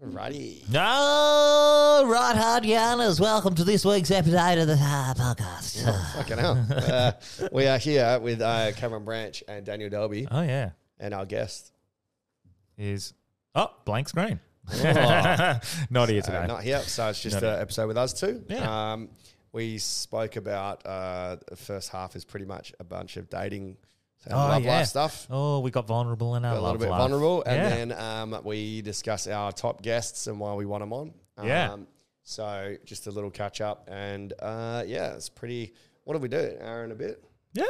Righty. No, right, hard yarners. Welcome to this week's episode of the uh, podcast. Fucking hell. Uh, we are here with uh, Cameron Branch and Daniel Delby Oh yeah, and our guest. is oh blank screen. Oh. not here Uh, today. not here, so it's just Not an here. episode with us too. Yeah. Um, we spoke about uh, the first half is pretty much a bunch of dating and Oh, love yeah. life stuff. oh, we got vulnerable in our a little love bit life. vulnerable, and yeah. then um, we discuss our top guests and why we want them on. Um, Yeah. So just a little catch up, and uh, yeah, it's pretty. What did we do? An hour and a bit. yeah,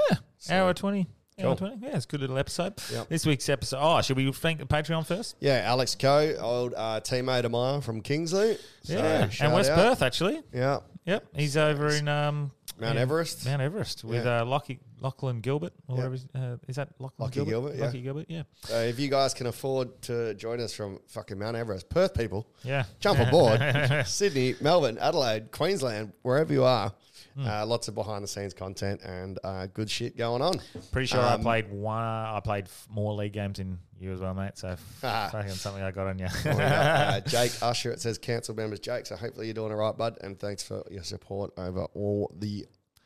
hour twenty. Cool. Hour 20. Yeah, it's a good little episode. Yep. This week's episode. Oh, should we thank the Patreon first? Yeah, Alex Coe, old uh, teammate of mine from Kingsley. So yeah. shout And West out. Perth, actually. Yeah, Yep. He's over in um, Mount yeah, Everest. Mount Everest with Yeah. uh, Lockie, Lachlan Gilbert. Or whatever his- uh, is that Lachlan Lachie Gilbert, yeah. Lachie Gilbert, yeah. So if you guys can afford to join us from fucking Mount Everest, Perth people, Yeah. jump aboard. Sydney, Melbourne, Adelaide, Queensland, wherever you are. Hmm. Uh, lots of behind the scenes content and uh, good shit going on. Pretty sure Um, I played one. uh, I played f- more league games than you as well, mate. So Ah. fucking something I got on you. uh, Jake Usher, it says cancel members, Jake. So hopefully you're doing all right, bud. And thanks for your support over all the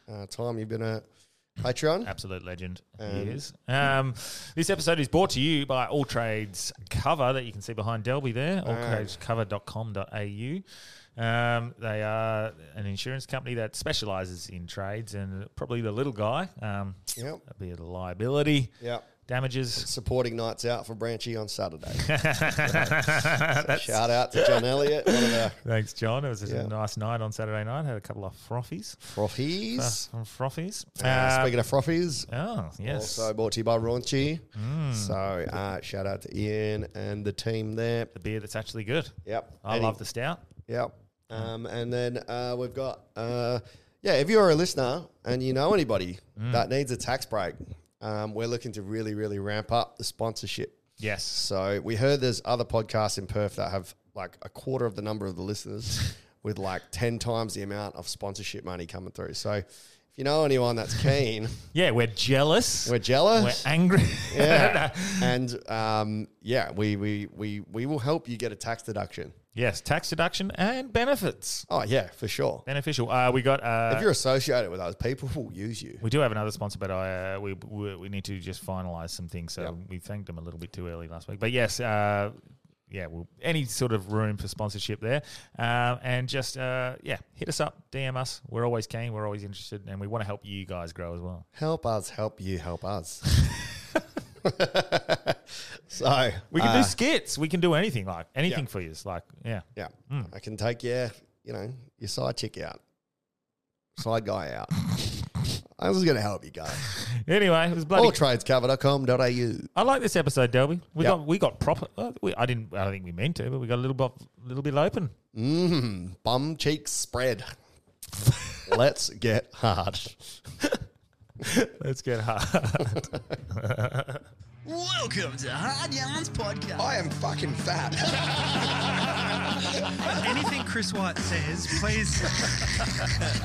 uh, time you've been a Patreon. Absolute legend. he is. Um, this episode is brought to you by All Trades Cover that you can see behind Delby there, Ah. alltradescover.com.au. Um, they are an insurance company that specializes in trades and probably the little guy. Um, Yep. that'd be the liability, Yep. damages. Supporting nights out for Branchy on Saturday. That's- Shout out to John Elliott, one of the thanks, John. It was Yeah. a nice night on Saturday night. Had a couple of frothies. frothies. Some frothies. Uh, Um, speaking of frothies, oh, yes. Mm. also brought to you by Raunchy. So uh, shout out to Ian and the team there. the beer that's actually good. Yep. I Any- love the Mm. stout. Yep. Um, and then uh, we've got, uh, yeah, if you're a listener and you know anybody Mm. that needs a tax break, um, we're looking to really, really ramp up the sponsorship. Yes. So we heard there's other podcasts in Perth that have like a quarter of the number of the listeners with like 10 times the amount of sponsorship money coming through. So if you know anyone that's keen, Yeah, we're jealous. we're We're jealous. angry. yeah. And um, yeah, we, we, we, we will help you get a tax deduction. yes, tax deduction and benefits. Oh, yeah, for sure. Beneficial. Uh, we got. Uh, If you're associated with those people, will use you. we do have another sponsor, but I, uh, we, we we need to just finalise some things. So we thanked them a little bit too early last week. But yes, uh, yeah, well, any sort of room for sponsorship there, um, and just uh, yeah, hit us up, DM us. We're always keen. We're always interested, and we want to help you guys grow as well. Help us, help you, help us. so We can uh, do skits. We can do anything like anything for you. Like yeah, yeah, Hmm. I can take your, you know, your side chick out, side guy out. I was going to help you guys. Anyway, it was bloody. Alltradescover.com.au. I like this episode, Delby. We Yep. got we got proper. uh, We, I didn't. I don't think we meant to, but we got a little bit, little bit open. Mm, bum cheeks spread. Let's get hard. Let's get hard. Welcome to Hard Yarns Podcast. Oh, I am fucking fat. Anything Chris White says, please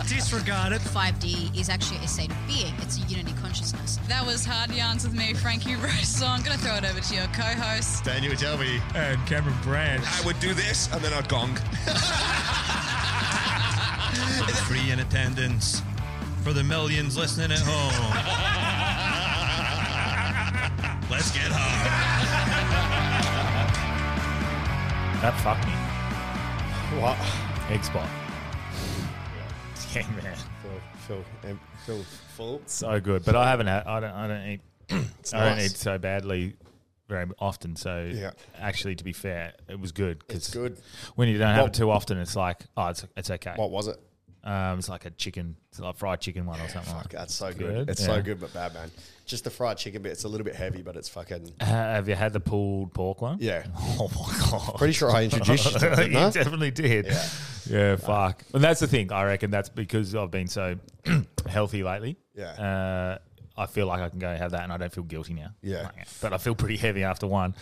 disregard it. 5D is actually a state of being. It's a unity consciousness. That was Hard Yarns with me, Frankie Rose. So I'm going to throw it over to your co host. Daniel, tell me. and Cameron Branch. I would do this and then I'd gong. Free in attendance for the millions listening at home. Let's get hard. That fucked me. What? Xbox. Yeah, man, Feel, feel, um, feel full. so good. But I haven't. Had, I don't. I don't eat. I don't nice. eat so badly very often. So Yeah. actually, to be fair, it was good. 'cause It's good. When you don't have Well- it too often, it's like oh, it's it's okay. What was it? Um, it's like a chicken, it's like fried chicken one or something. like Fuck, that. that's so good. Oh, Good, It's yeah. so good, but bad, man. Just the fried chicken bit. It's a little bit heavy, but it's fucking. Ha- Have you had the pulled pork one? Yeah. Oh my god. Pretty sure I introduced you to it, you didn't I? definitely did. Yeah. Yeah, fuck. And that's the thing. I reckon that's because I've been so healthy lately. Yeah. Uh, I feel like I can go have that, and I don't feel guilty now. Yeah. Like, but I feel pretty heavy after one.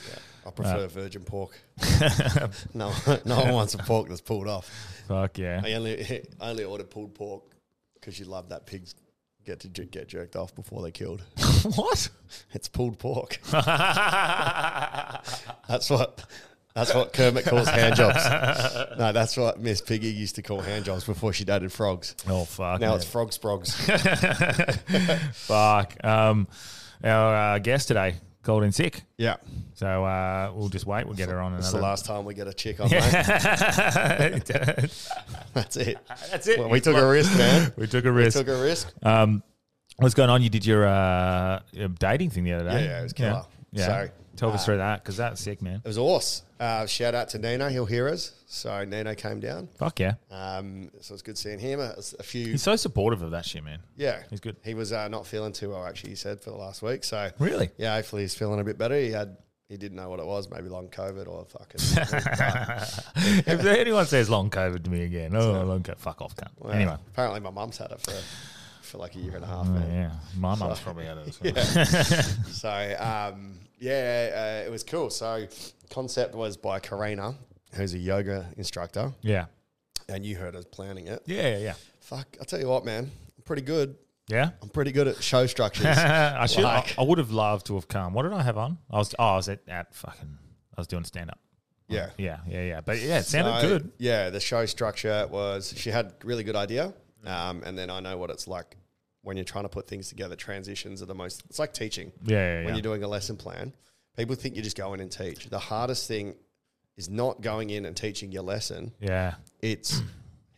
I prefer virgin pork. no, no one wants a pork that's pulled off. Fuck yeah. I only, I only ordered pulled pork because you love that pigs get to ju- get jerked off before they're killed. what? It's pulled pork. That's what That's what Kermit calls hand jobs. No, that's what Miss Piggy used to call hand jobs before she dated frogs. Oh fuck! Now man. it's frog sprogs. fuck. Um, our uh, guest today called in sick, yeah. so uh, we'll just wait. We'll get her on It's the another. last time we get a chick on, mate. That's it. That's it. Well, we took a risk, man. We took a risk. took a risk. um, what's going on? You did your uh, your dating thing the other day. Yeah, yeah, it was killer. Yeah. So, uh, Talk us through that because that's sick, man. It was awesome. Uh, shout out to Nino. He'll hear us. So Nino came down. Fuck yeah. Um, so it's good seeing him. Uh, it's A few, He's so supportive of that shit, man. yeah, he's good. He was uh, not feeling too well, actually. He said for the last week. So Really? yeah, hopefully he's feeling a bit better. He had, he didn't know what it was. Maybe long COVID or fucking. if anyone says long COVID to me again, oh, long COVID, fuck off, cunt. Well, anyway. apparently my mum's had it for for like a year and a half. Oh, man. yeah, my mum's probably had it. as well. So um, yeah, uh, it was cool. So concept was by Karina, who's a yoga instructor, Yeah. and you heard us planning it. Yeah, yeah, yeah. Fuck, I'll tell you what, man. I'm pretty good. Yeah. I'm pretty good at show structures. I should. I- Like- I, would have loved to have come. What did I have on? I was. Oh, I was at, at fucking. I was doing stand up. yeah. Yeah, yeah, yeah. But yeah, it sounded So, good. Yeah, the show structure was she had really good idea, um, and then I know what it's like when you're trying to put things together. Transitions are the most. It's like teaching. Yeah, yeah, yeah. when you're doing a lesson plan, people think you just go in and teach. The hardest thing is not going in and teaching your lesson. yeah, It's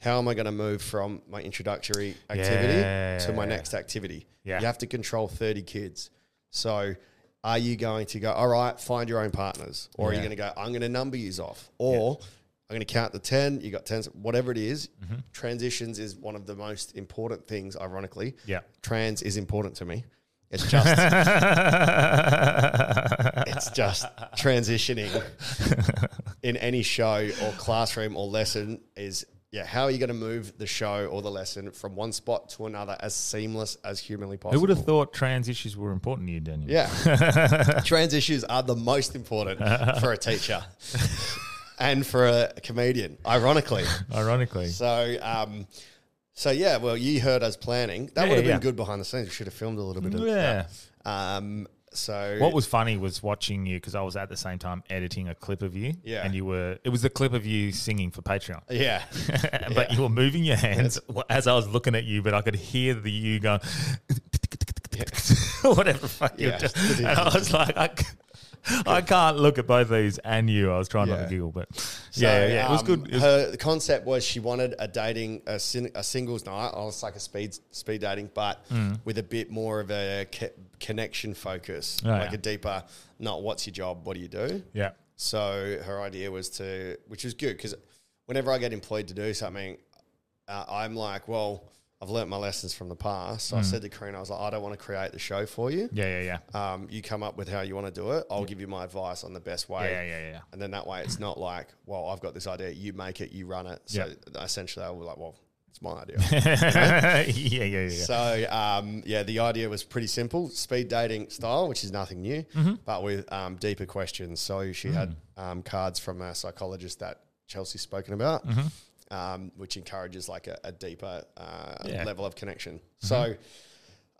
how am I going to move from my introductory activity Yeah. to my next activity? Yeah. You have to control 30 kids. So are you going to go, all right, find your own partners? Or are Yeah. you going to go, I'm going to number yous off? Or I'm going to count the 10, you got 10s, whatever it is, Mm-hmm. Transitions is one of the most important things, ironically. Yeah. Trans is important to me. It's just it's just transitioning in any show or classroom or lesson is yeah how are you going to move the show or the lesson from one spot to another as seamless as humanly possible Who would have thought trans issues were important to you, Daniel? yeah trans issues are the most important for a teacher and for a comedian ironically Ironically. so um so yeah well you heard us planning that Yeah, would have yeah, been yeah. good behind the scenes we should have filmed a little bit of Yeah. that um so What was funny was watching you because I was at the same time editing a clip of you. Yeah. And you were, it was the clip of you singing for Patreon. yeah but you were moving your hands as I was looking at you, but I could hear the you going, whatever the fuck you were Yeah. doing. And I was like, I, c- I can't look at both these and you. I was trying not Yeah. to giggle, but So, yeah, yeah, it was um, good. It was- her the concept was she wanted a dating a, sin, a singles night, almost like a speed speed dating, but Mm. with a bit more of a co- connection focus, Oh, like yeah. a deeper. Not what's your job, what do you do? yeah, So her idea was to, which was good because whenever I get employed to do something, uh, I'm like, well, I've learnt my lessons from the past. So I said to Karina, I was like, I don't want to create the show for you. Mm. yeah, yeah, yeah. Um, you come up with how you want to do it. I'll give you my advice on the best way. Yeah, yeah, yeah, yeah. And then that way, it's not like, well, I've got this idea. You make it. You run it. So essentially, I was like, well, it's my idea. yeah, yeah, yeah, yeah. so um, yeah, the idea was pretty simple: speed dating style, which is nothing new, Mm-hmm. but with um, deeper questions. So she had Mm. um, cards from a psychologist that Chelsea's spoken about. Um, which encourages like a, a deeper uh, Mm-hmm. Yeah. Mm-hmm. level of connection. So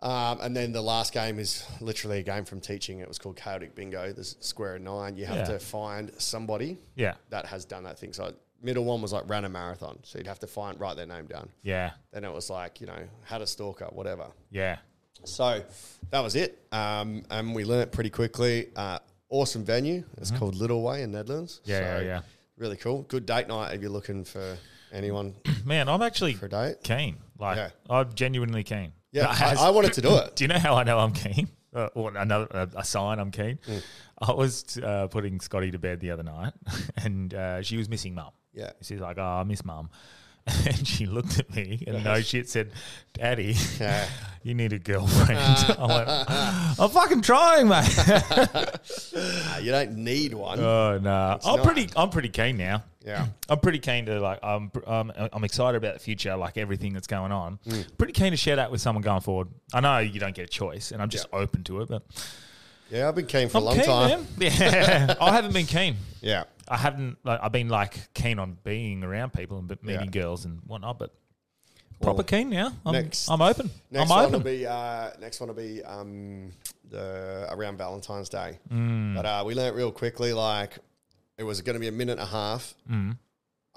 um, and then the last game is literally a game from teaching. It was called Chaotic Bingo, the s- square of nine. You have Yeah. to find somebody Yeah. that has done that thing. So middle one was like ran a marathon. So you'd have to find, write their name down. yeah, Then it was like, you know, had a stalker, whatever. yeah. So that was it. Um, and we learnt pretty quickly. Uh, awesome venue. It's called Little Way in Netherlands. Mm-hmm. Yeah, yeah, so yeah. Really cool. Good date night if you're looking for anyone Man, I'm actually for a date. keen. Like, Yeah. I'm genuinely keen. Yeah, I, As- I wanted to do it. Do you know how I know I'm keen? Uh, or another a, a sign I'm keen. Mm. I was uh, putting Scotty to bed the other night, and uh, she was missing mum. Yeah. she's like, "Oh, I miss mum," and she looked at me and no shit said, "Daddy, Yeah. you need a girlfriend." I went, "I'm fucking trying, mate." Uh, you don't need one. oh no, I'm not. pretty. I'm pretty keen now. yeah. I'm pretty keen to like. I'm um, I'm excited about the future, like everything that's going on. Mm. Pretty keen to share that with someone going forward. I know you don't get a choice, and I'm just open to it. But Yeah, I've been keen for I'm a long keen, time. man. Yeah, I haven't been keen. Yeah. I haven't. Like, I've been like keen on being around people and but meeting Yeah. girls and whatnot, but Well, proper keen now. I'm, next- I'm open. Next I'm one open. will be uh, next one will be Mm. um, the around Valentine's Day. But uh, we learnt real quickly, like it was going to be a minute and a half. Mm.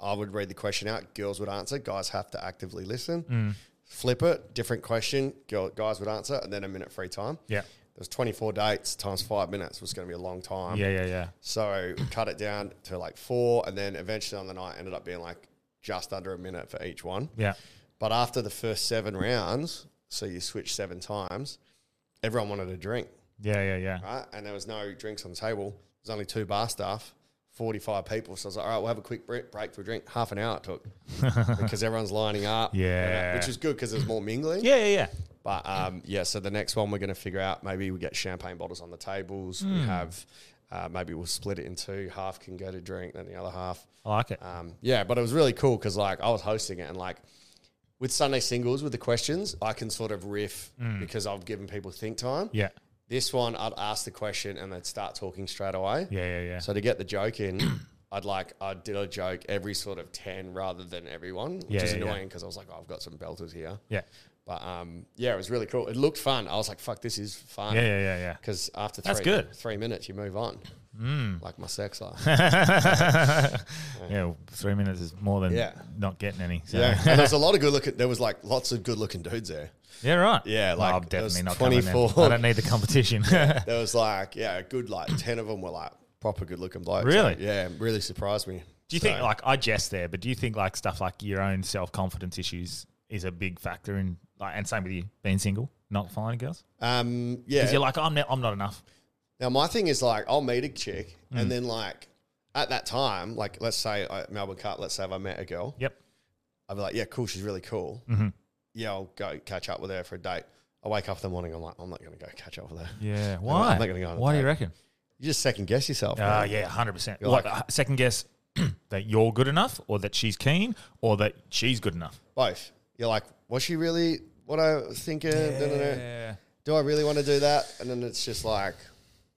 I would read the question out. Girls would answer. Guys have to actively listen. Mm. Flip it. Different question. Girl, guys would answer, and then a minute free time. Yeah. There was 24 dates times five minutes was going to be a long time. Yeah, yeah, yeah. So we cut it down to like four, and then eventually on the night ended up being like just under a minute for each one. Yeah. But after the first seven rounds, so you switch seven times, everyone wanted a drink, Yeah, yeah, yeah. right? And there was no drinks on the table. There's only two bar staff, 45 people. So I was like, all right, we'll have a quick break, break for a drink. Half an hour it took because everyone's lining up. Yeah. Which is good because there's more mingling. Yeah, yeah, yeah. But um, yeah, so the next one we're going to figure out maybe we get champagne bottles on the tables. Hmm. We have uh, maybe we'll split it in two. Half can go to drink, then the other half. I like it. Um, yeah, but it was really cool because like I was hosting it and like with Sunday singles with the questions, I can sort of riff because I've given people think time. Mm. Yeah. This one, I'd ask the question and they'd start talking straight away. Yeah, yeah, yeah. So to get the joke in, I'd like I did a joke every sort of ten rather than everyone, which Yeah, is yeah, yeah. annoying because I was like, oh, I've got some belters here. Yeah. But um, yeah, it was really cool. It looked fun. I was like, fuck, this is fun. Yeah, yeah, yeah, yeah. Because after three, That's good. Mm. three minutes, you move on. Like my sex life. yeah, well, three minutes is more than uh, Yeah. not getting any. So. yeah. And there's a lot of good looking, there was like lots of good looking dudes there. Yeah, right. Yeah, Well, like, I'm it definitely was not coming in. 24. I don't need the competition. There was like, yeah, a good like 10 of them were like proper good looking blokes. Really? Like, yeah, really surprised me. Do you think like I jest there, but do you think like stuff like your own self confidence issues is a big factor in like and same with you being single, not finding girls? Um, Because yeah. you're like, I'm not, I'm not enough. Now my thing is like I'll meet a chick Hmm. and then like at that time, like let's say I, Melbourne Cup, let's say if I met a girl, Yep. I'd be like, yeah, cool, she's really cool. Mm-hmm. Yeah, I'll go catch up with her for a date. I wake up in the morning, I'm like, I'm not gonna go catch up with her. Yeah. Why? Why? I'm not gonna go on a Why do you date. reckon? You just second guess yourself. Uh, man. yeah, hundred percent. You're Like like- uh, second guess that you're good enough, or that she's keen, or that she's good enough. Both. You're like, was she really what I was thinking? Da, da, da. Do I really want to do that? And then it's just like,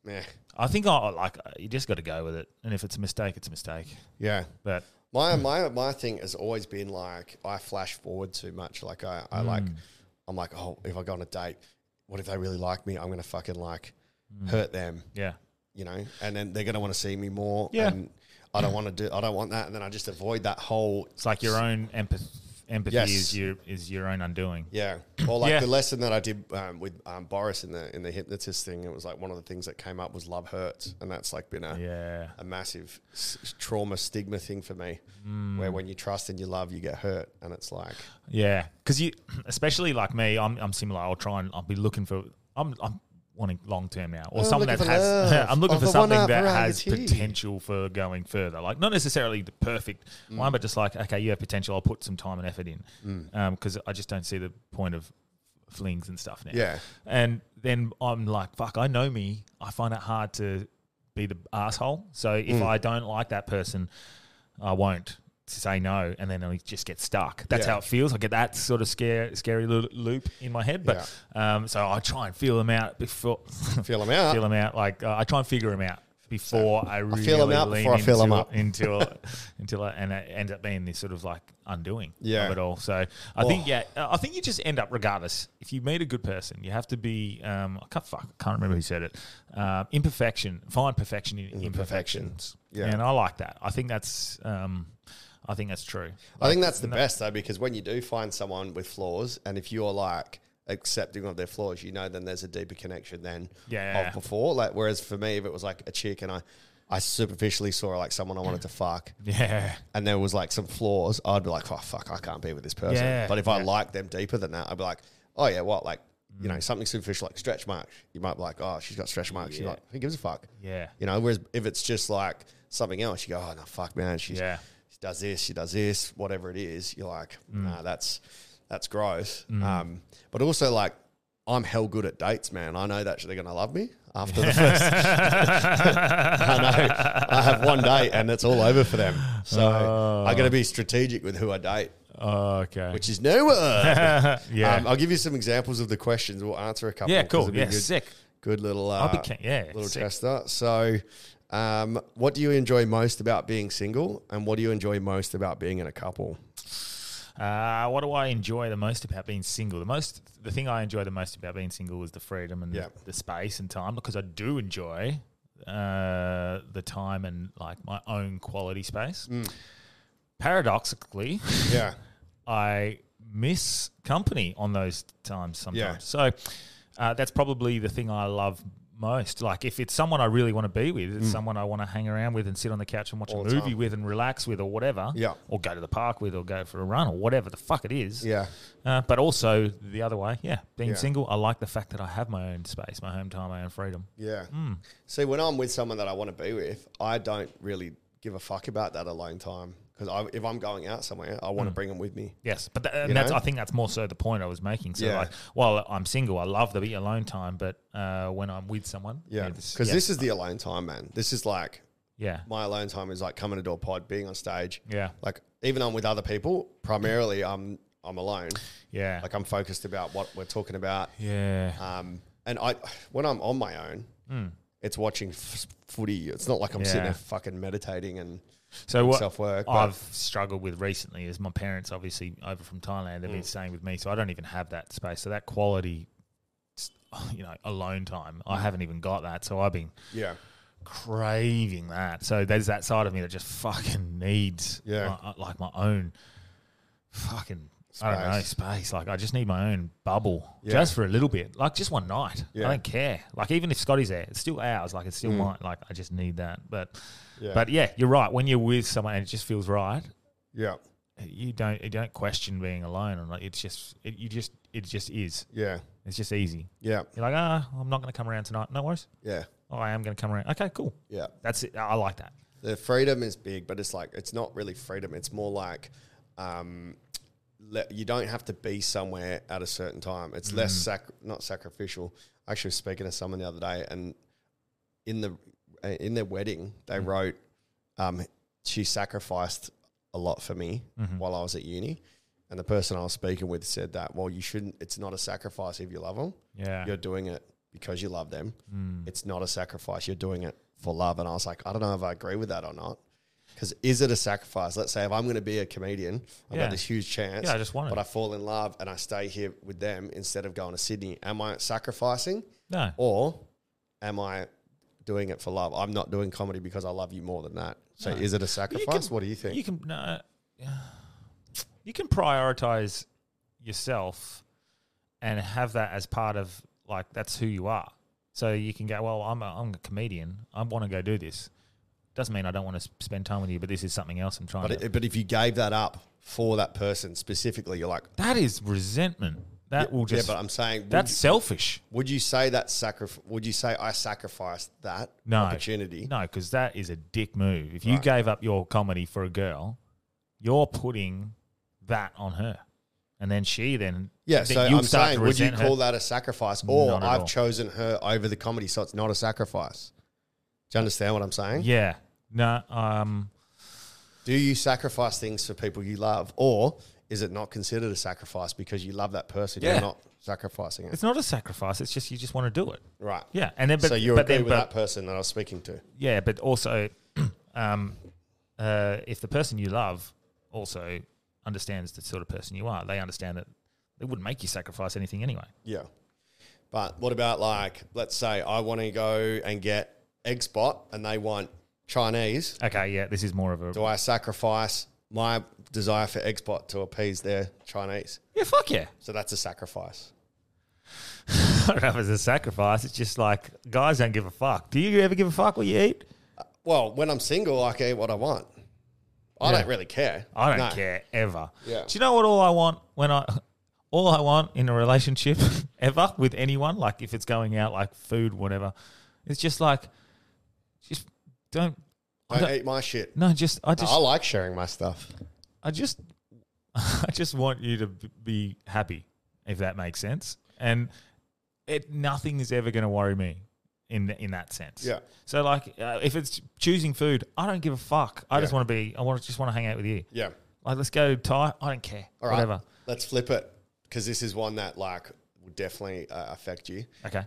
meh. I think I I like uh, you just got to go with it, and if it's a mistake, it's a mistake. Yeah. But My my my thing has always been like I flash forward too much. Like I, I like I'm like, oh, if I go on a date, what if they really like me? I'm gonna fucking like hurt them, yeah, you know? And then they're gonna want to see me more. Yeah. And I don't want to do I don't want that. And then I just avoid that whole it's like your own empathy. Empathy Yes. is your is your own undoing. Yeah. Or like Yeah. the lesson that I did um, with um, Boris in the in the hypnotist thing, it was like one of the things that came up was love hurts, and that's like been a Yeah. a massive s- trauma stigma thing for me, Mm. where when you trust and you love, you get hurt, and it's like Yeah, because you, especially like me, I'm I'm similar. I'll try and I'll be looking for. I'm I'm wanting long term now, or I'm something that Oh, looking for has. love. I'm looking I'm for the something one-up that has orangutan. potential for going further. Like not necessarily the perfect Mm. one, but just like okay, you have potential. I'll put some time and effort in, because I just don't see the point of flings and stuff now. Yeah. and then I'm like, fuck, I know me. I find it hard to be the asshole. So if Mm. I don't like that person, I won't say no, and then I just get stuck. That's Yeah. how it feels. I get that sort of scare, scary lo- loop in my head. But um, so I try and feel them out before feel them out. feel them out. Like uh, I try and figure them out before I really feel 'em out lean before I feel 'em into- up. until until I, and it ends up being this sort of like undoing Yeah. Oh. of it all. So I think yeah, I think you just end up regardless. If you meet a good person, you have to be um, I can't fuck, I can't remember who said it. Uh, imperfection, find perfection in imperfections. Yeah. and I like that. I think that's um, I think that's true. I think that's the best though, because when you do find someone with flaws, and if you're like accepting of their flaws, you know, then there's a deeper connection than Yeah. of before. Like, whereas for me, if it was like a chick and I, I superficially saw like someone I wanted to fuck, Yeah, and there was like some flaws, I'd be like, oh fuck, I can't be with this person. Yeah, but if I yeah. Mm. like them deeper than that, I'd be like, oh yeah, what like. You know, something superficial like stretch marks. You might be like, oh, she's got stretch marks. You're like, who gives a fuck? Yeah. You know, whereas if it's just like something else, you go, oh, no, fuck, man. She's, Yeah. She does this, she does this, whatever it is. You're like, Mm. nah, that's, that's gross. Um, but also, like, I'm hell good at dates, man. I know that they're going to love me after the first I know. I have one date and it's all over for them. So I got to be strategic with who I date, Oh, okay. which is new word. yeah, Um, I'll give you some examples of the questions. We'll answer a couple. yeah, 'cause cool. it'll be Yeah, good, sick. Good little, uh, I'll be ca- yeah, little sick. tester. So, um, what do you enjoy most about being single, and what do you enjoy most about being in a couple? Uh, what do I enjoy the most about being single? The most, the thing I enjoy the most about being single is the freedom and Yeah. the, space and time because I do enjoy uh, the time and like my own quality space. Paradoxically, Yeah. I miss company on those times Yeah. sometimes. So uh, that's probably the thing I love most. Like if it's someone I really want to be with, it's someone I want to hang around with and sit on the couch and watch Mm. All a the movie time. with and relax with or whatever. Yeah. Or go to the park with or go for a run or whatever the fuck it is. Yeah. Uh, but also the other way, yeah. Being Yeah. single, I like the fact that I have my own space, my home time, my own freedom. Yeah. Hmm. See, when I'm with someone that I want to be with, I don't really give a fuck about that alone time because I, if I'm going out somewhere, I Hmm. want to bring them with me. Yes, but tha- and You that's know? I think that's more so the point I was making. So Yeah. like, well, I'm single. I love the be alone time, but uh, when I'm with someone, Yeah. it's- Because this is the alone time, man. This is like yeah, my alone time is like coming to do a pod, being on stage. Yeah. Like even I'm with other people, primarily I'm I'm alone. yeah, Like I'm focused about what we're talking about. yeah. Um, and I when I'm on my own, it's watching f- footy. It's not like I'm sitting Yeah. there fucking meditating and So what self-work, but- I've struggled with recently is my parents, obviously over from Thailand, they've Mm. been staying with me, so I don't even have that space. So that quality, s- you know, alone time, Mm. I haven't even got that. So I've been yeah. craving that. So there's that side of me that just fucking needs, Yeah. my- uh, like my own fucking. I don't know space. Like I just need my own bubble, Yeah. just for a little bit, like just one night. Yeah. Mm. I don't care. Like even if Scotty's there, it's still ours. Like it's still mine. Like I just need that. But, Yeah. but yeah, you're right. When you're with someone and it just feels right, Yeah. you don't you don't question being alone. And like it's just it, you just it just is. Yeah. It's just easy. Yeah. You're like ah, I'm not going to come around tonight. No worries. Yeah. Oh, I am going to come around. Okay, cool. Yeah. That's it. I like that. the freedom is big, but it's like it's not really freedom. It's more like um, le- you don't have to be somewhere at a certain time. It's less sac- not sacrificial. I actually was speaking to someone the other day, and in the uh, in their wedding, they wrote um, she sacrificed a lot for me while I was at uni. And the person I was speaking with said that, well, you shouldn't. It's not a sacrifice if you love them Yeah. Mm. you're doing it because you love them. It's not a sacrifice. You're doing it for love. And I was like, I don't know if I agree with that or not. Because is it a sacrifice? Let's say if I'm going to be a comedian, I've Yeah. got this huge chance. Yeah, I just want it. But I fall in love and I stay here with them instead of going to Sydney. Am I sacrificing no. or am I doing it for love? I'm not doing comedy because I love you more than that. So is it a But you sacrifice? can- what do you think? You can no, you can prioritize yourself and have that as part of like that's who you are. So you can go, well, I'm a, I'm a comedian. I want to go do this. Doesn't mean I don't want to spend time with you, but this is something else I'm trying but, to. it, but if you gave that up for that person specifically, you're like, that is resentment. That will just. yeah, but I'm saying that's would- selfish. Would you say that sacrifice? Would you say I sacrificed that No opportunity? No, because that is a dick move. If you gave up your comedy for a girl, you're putting that on her, and then she then Yeah, then so you'll I'm start saying, to would you resent her. call that a sacrifice, or Not at I've all. chosen her over the comedy, so it's not a sacrifice? Do you understand what I'm saying? Yeah. No. Um. Do you sacrifice things for people you love, or is it not considered a sacrifice because you love that person? Yeah. You're not sacrificing it, It's not a sacrifice. It's just you just want to do it. right? Yeah. And then, but so you but agree then, with but, that person that I was speaking to? Yeah, but also, um, uh, if the person you love also understands the sort of person you are, they understand that they wouldn't make you sacrifice anything anyway. Yeah. But what about like, let's say I want to go and get egg spot, and they want Chinese. Okay. Yeah. This is more of a. Do I sacrifice my desire for export to appease their Chinese? yeah. Fuck yeah. So that's a sacrifice. I don't know if it's a sacrifice. It's just like guys don't give a fuck. Do you ever give a fuck what you eat? Well, when I'm single, I can eat what I want. I Yeah. don't really care. I don't No. care ever. Yeah. Do you know what all I want when I all I want in a relationship ever with anyone, like if it's going out, like food, whatever, it's just like just don't Don't I don't- eat my shit. no, just I just I like sharing my stuff. I just I just want you to b- be happy, if that makes sense. And it nothing is ever going to worry me in th- in that sense. Yeah. So like, uh, if it's choosing food, I don't give a fuck. I just Yeah. want to be. I want to just want to hang out with you. Yeah. Like, let's go Thai. I don't care. All right. Whatever. Let's flip it because this is one that like would definitely uh, affect you. Okay.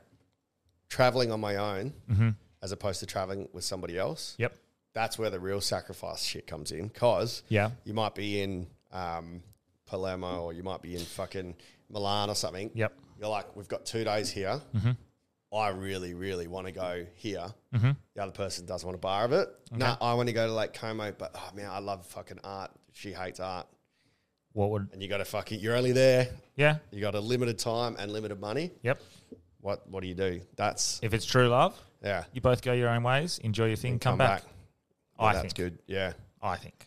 Traveling on my own Mm-hmm. as opposed to traveling with somebody else. Yep. that's where the real sacrifice shit comes in because Yeah. you might be in um, Palermo or you might be in fucking Milan or something. Yep. Mm-hmm. You're like, we've got two days here. I really, really want to go here. The other person doesn't want a bar of it. No, I want to go to Lake Como, but oh man, I love fucking art. She hates art. What would? And you got to fucking, you're only there. Yeah. You got a limited time and limited money. Yep. What What do you do? That's, If it's true love, yeah. you both go your own ways, enjoy your thing, come, back. Yeah, I that's think. good. Yeah. I think.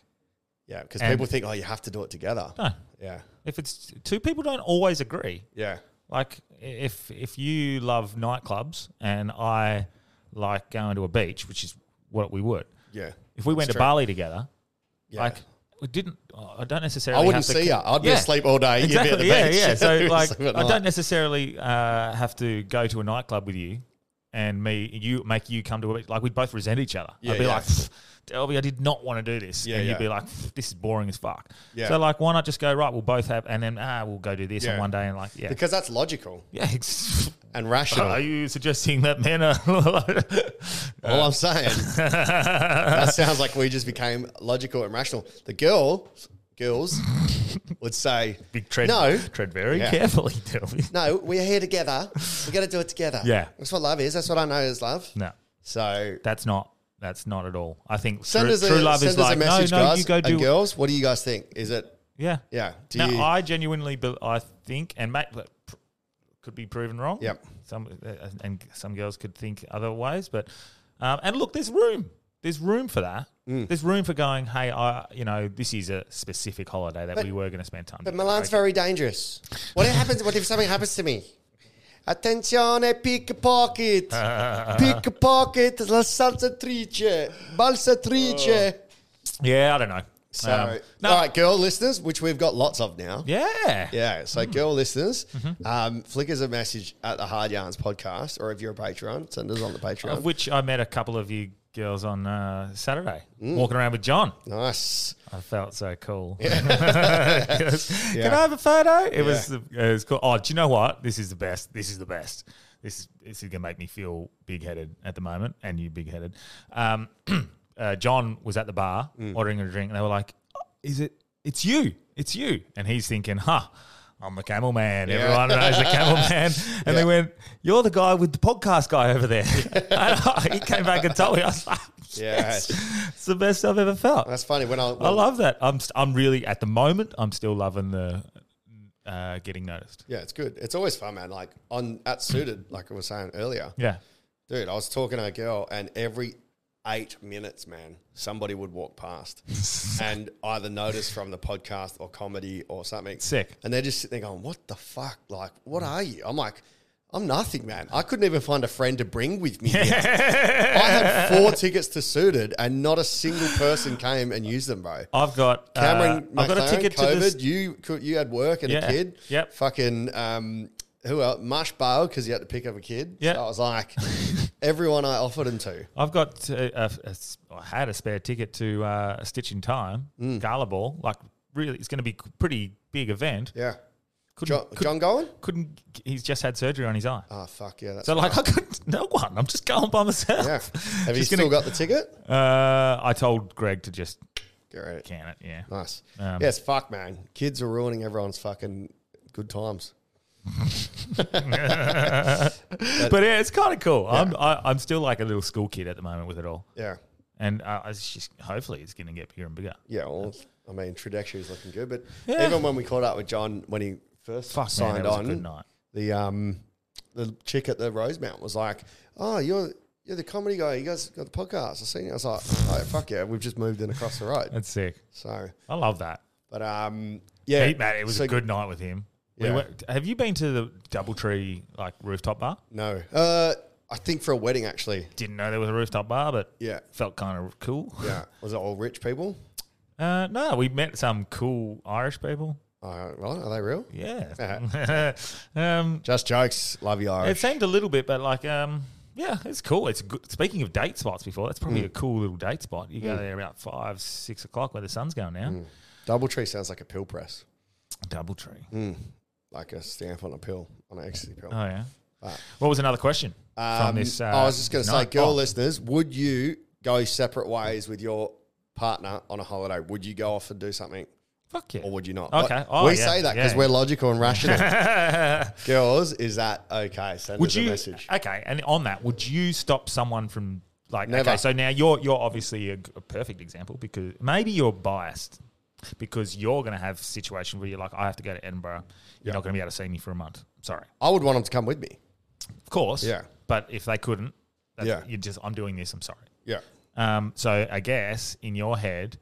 Yeah. Because And- people think, oh, you have to do it together. No. Yeah. If it's two people don't always agree. Yeah. Like if if you love nightclubs and I like going to a beach, which is what we would. Yeah. If we That's went to true. Bali together, Yeah. like we didn't. I don't necessarily. I wouldn't have to see you. I'd be Yeah. asleep all day. You'd be Exactly. at the yeah, beach. yeah. So You'd be like, asleep at I night. don't necessarily uh, have to go to a nightclub with you, and me, you make you come to a like we'd both resent each other. Yeah, I'd be yeah. like, Delby, I did not want to do this, Yeah, and you'd yeah. be like, "Pff, this is boring as fuck. Yeah. So like, why not just go right? We'll both have, and then ah, we'll go do this on Yeah. one day, and like, yeah, Because that's logical yeah. it's- and rational. Are you suggesting that men are? All I'm saying. that sounds like we just became logical and rational. The girl, girls would say, Big tread, No. tread very Yeah. carefully, Delby. No, we're here together. We're going to do it together. Yeah. That's what love is. That's what I know is love. No, So that's not. That's not at all. I think send true, us a, true love send is us like a message, no, no. guys. You go do and girls, what do you guys think? Is it, yeah, yeah. Do No, you, I genuinely, bel I think, and mate, look, pr- could be proven wrong. Yep. Some uh, and some girls could think otherwise, but um, and look, there's room. There's room for that. Mm. There's room for going. Hey, I, you know, this is a specific holiday that we were going to spend time. But together." Milan's Like, very dangerous. What if happens? What if something happens to me? Attenzione, pickpocket, pickpocket, la salsatrice, Oh. balsatrice. yeah, I don't know. So, Um, no, all right, girl listeners, which we've got lots of now. yeah, Hmm. Mm-hmm. Yeah, so girl listeners, um, flick us a message at the Hard Yarns podcast, or if you're a Patreon, send us on the Patreon. Of which I met a couple of you girls on uh, Saturday walking around with John. nice. I felt so cool. Can I have a photo? It was the, it was cool. Oh, do you know what? This is the best. This is the best. This is this is gonna make me feel big headed at the moment, and you big headed. Um, uh, John was at the bar ordering a drink, and they were like, "Oh, "Is it? It's you? It's you?" And he's thinking, "Huh." I'm the camel man. Everyone knows the camel man. And they went, You're the guy with the podcast guy over there. And he came back and told me. I was like, Yes. yes. It's the best I've ever felt. That's funny. When I, I love that. I'm st- I'm really at the moment. I'm still loving the uh, getting noticed. Yeah, it's good. It's always fun, man. Like on at suited, like I was saying earlier. Yeah, Dude, I was talking to a girl, and every eight minutes, man, somebody would walk past and either notice from the podcast or comedy or something. Sick. And they're just sitting there going, What the fuck? Like, what are you? I'm like, I'm nothing, man. I couldn't even find a friend to bring with me. here." I had four tickets to Suited, and not a single person came and used them, bro. I've got uh, Cameron, I've got a McLaren, ticket COVID. to this. You could- you had work and Yeah, a kid. yep. Fucking um, who else? Marsh Bale because he had to pick up a kid. Yeah. So I was like, everyone I offered him to. I've got uh, a- a s- I had a spare ticket to uh, a Stitch in Time Mm. Gala Ball. Like really, it's going to be a pretty big event. Yeah. Couldn't, John, John Gowan. could, not He's just had surgery on his eye. Oh fuck yeah. That's so like I couldn't no one. I'm just going by myself. yeah. Have you Just still got gonna- the ticket? Uh, I told Greg to just Get ready. can it. Yeah. Nice. Um, yes. Fuck man. Kids are ruining everyone's fucking good times. But yeah, it's kind of cool. I'm I, I'm still like a little school kid at the moment with it all. Yeah. And uh, it's just hopefully it's going to get bigger and bigger. Yeah. Well, I mean, trajectory is looking good, but Yeah. even when we caught up with John when he first Fuck, man, signed that was on, a good night. the um the chick at the Rosemount was like, "Oh, you're you're the comedy guy. You guys got the podcast. I seen you." I was like, "Oh fuck yeah, we've just moved in across the road." That's sick. So, I love that. but um, yeah, Hey, Matt, it was so- a good night with him. We Yeah. went- have you been to the DoubleTree like rooftop bar? No, uh, I think for a wedding actually. Didn't know there was a rooftop bar, but Yeah. felt kind of cool. Yeah, was it all rich people? Uh, no, we met some cool Irish people. Uh, right? Are they real? Yeah. um, Just jokes. Love you, it Irish. seemed a little bit, but like, um, yeah, it's cool. It's good. Speaking of date spots, before that's Hmm. probably a cool little date spot. You go there about five, six o'clock where the sun's going now. Hmm. Doubletree sounds like a pill press, DoubleTree. like a stamp on a pill, on an ecstasy pill. Oh yeah. what was another question Um, from this? Uh, I was just going to say, night? girl Oh, listeners, would you go separate ways with your partner on a holiday? Would you go off and do something Fuck yeah. or would you not? Okay. But Oh, we yeah. say that because Yeah. we're logical and rational. Girls, is that okay? Send would us you? a message. Okay, and on that, would you stop someone from like? Never. Okay, so now you're you're obviously a, g- a perfect example because maybe you're biased because you're going to have a situation where you're like, I have to go to Edinburgh. You're not going to be able to see me for a month. Sorry, I would want them to come with me. of course. Yeah. But if they couldn't, that's, Yeah. you just I'm doing this. I'm sorry. Yeah. Um, so I guess in your head,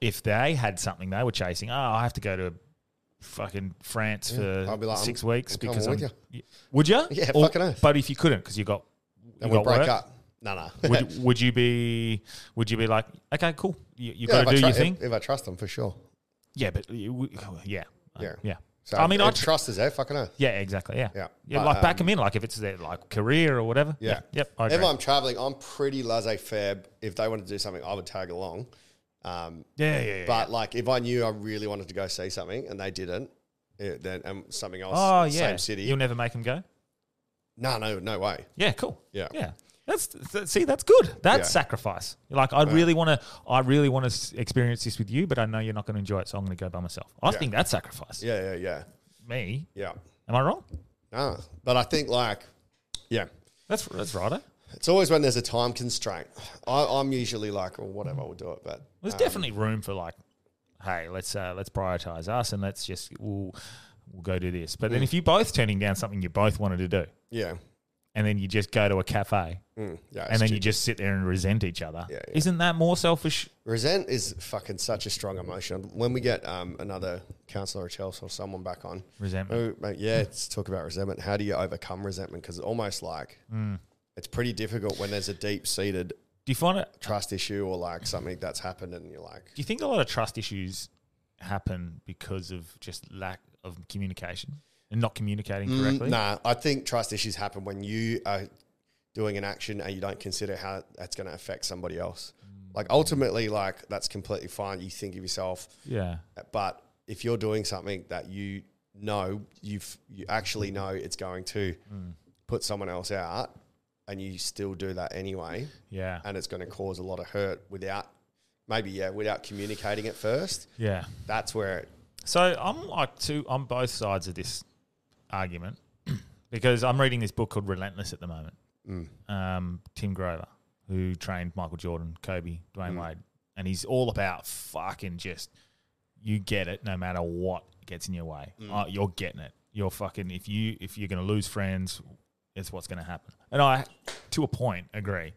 if they had something they were chasing, oh, I have to go to fucking France for I'll be like, 6 I'm- weeks I'm coming because with I'm, you. would you? Yeah, fucking oath. But if you couldn't because you got And you we got break work, up. No, no. would, would you be would you be like okay, cool, you, you Yeah, got if I to do tru- your thing? If, if I trust them, for sure. yeah, but you, yeah, Uh, Yeah. yeah. So I mean, I tr- trust is there, fucking earth. yeah, exactly, yeah, Yeah, yeah. but, like back um, them in, like if it's their like career or whatever. Yeah. yep. I if agree. I'm traveling, I'm pretty laissez faire. If they wanted to do something, I would tag along. Um, yeah, yeah, yeah. But like, if I knew I really wanted to go see something and they didn't, it, then um, something else, oh yeah, same city. You'll never make them go. no, no, no way. Yeah, cool. Yeah. yeah. That's th- see, that's good. That's Yeah. sacrifice. You're like, I really want to, I really want to experience this with you, but I know you're not going to enjoy it, so I'm going to go by myself. I think that's sacrifice. Yeah, yeah, yeah, Me, yeah. am I wrong? No, Ah, but I think like, yeah, That's that's right. eh? it's always when there's a time constraint. I, I'm usually like, well, whatever, we'll do it. But There's definitely room for like, hey, let's uh, let's prioritize us and let's just we'll we'll go do this. But then if you both turning down something you both wanted to do, yeah, and then you just go to a cafe mm, yeah. and then you stupid. just sit there and resent each other, Yeah, yeah. isn't that more selfish? Resent is fucking such a strong emotion. When we get um, another counsellor or Chelsea or someone back on, Resentment. Oh, mate, yeah, let's talk about resentment. How do you overcome resentment? Because it's almost like Mm. it's pretty difficult when there's a deep seated Do you find it trust issue or like something that's happened and you're like, Do you think a lot of trust issues happen because of just lack of communication and not communicating correctly? Mm, nah, I think trust issues happen when you are doing an action and you don't consider how that's going to affect somebody else. Like ultimately, like that's completely fine. You think of yourself, Yeah. but if you're doing something that you know you've you actually know it's going to put someone else out and you still do that anyway Yeah. and it's going to cause a lot of hurt without maybe yeah without communicating it first yeah. that's where it, So I'm like two on both sides of this argument because I'm reading this book called Relentless at the moment. Um, Tim Grover, who trained Michael Jordan, Kobe, Dwayne Wade, and he's all about fucking just you get it no matter what gets in your way. Uh, you're getting it. You're fucking if you if you're gonna lose friends, it's what's gonna happen. And I to a point agree.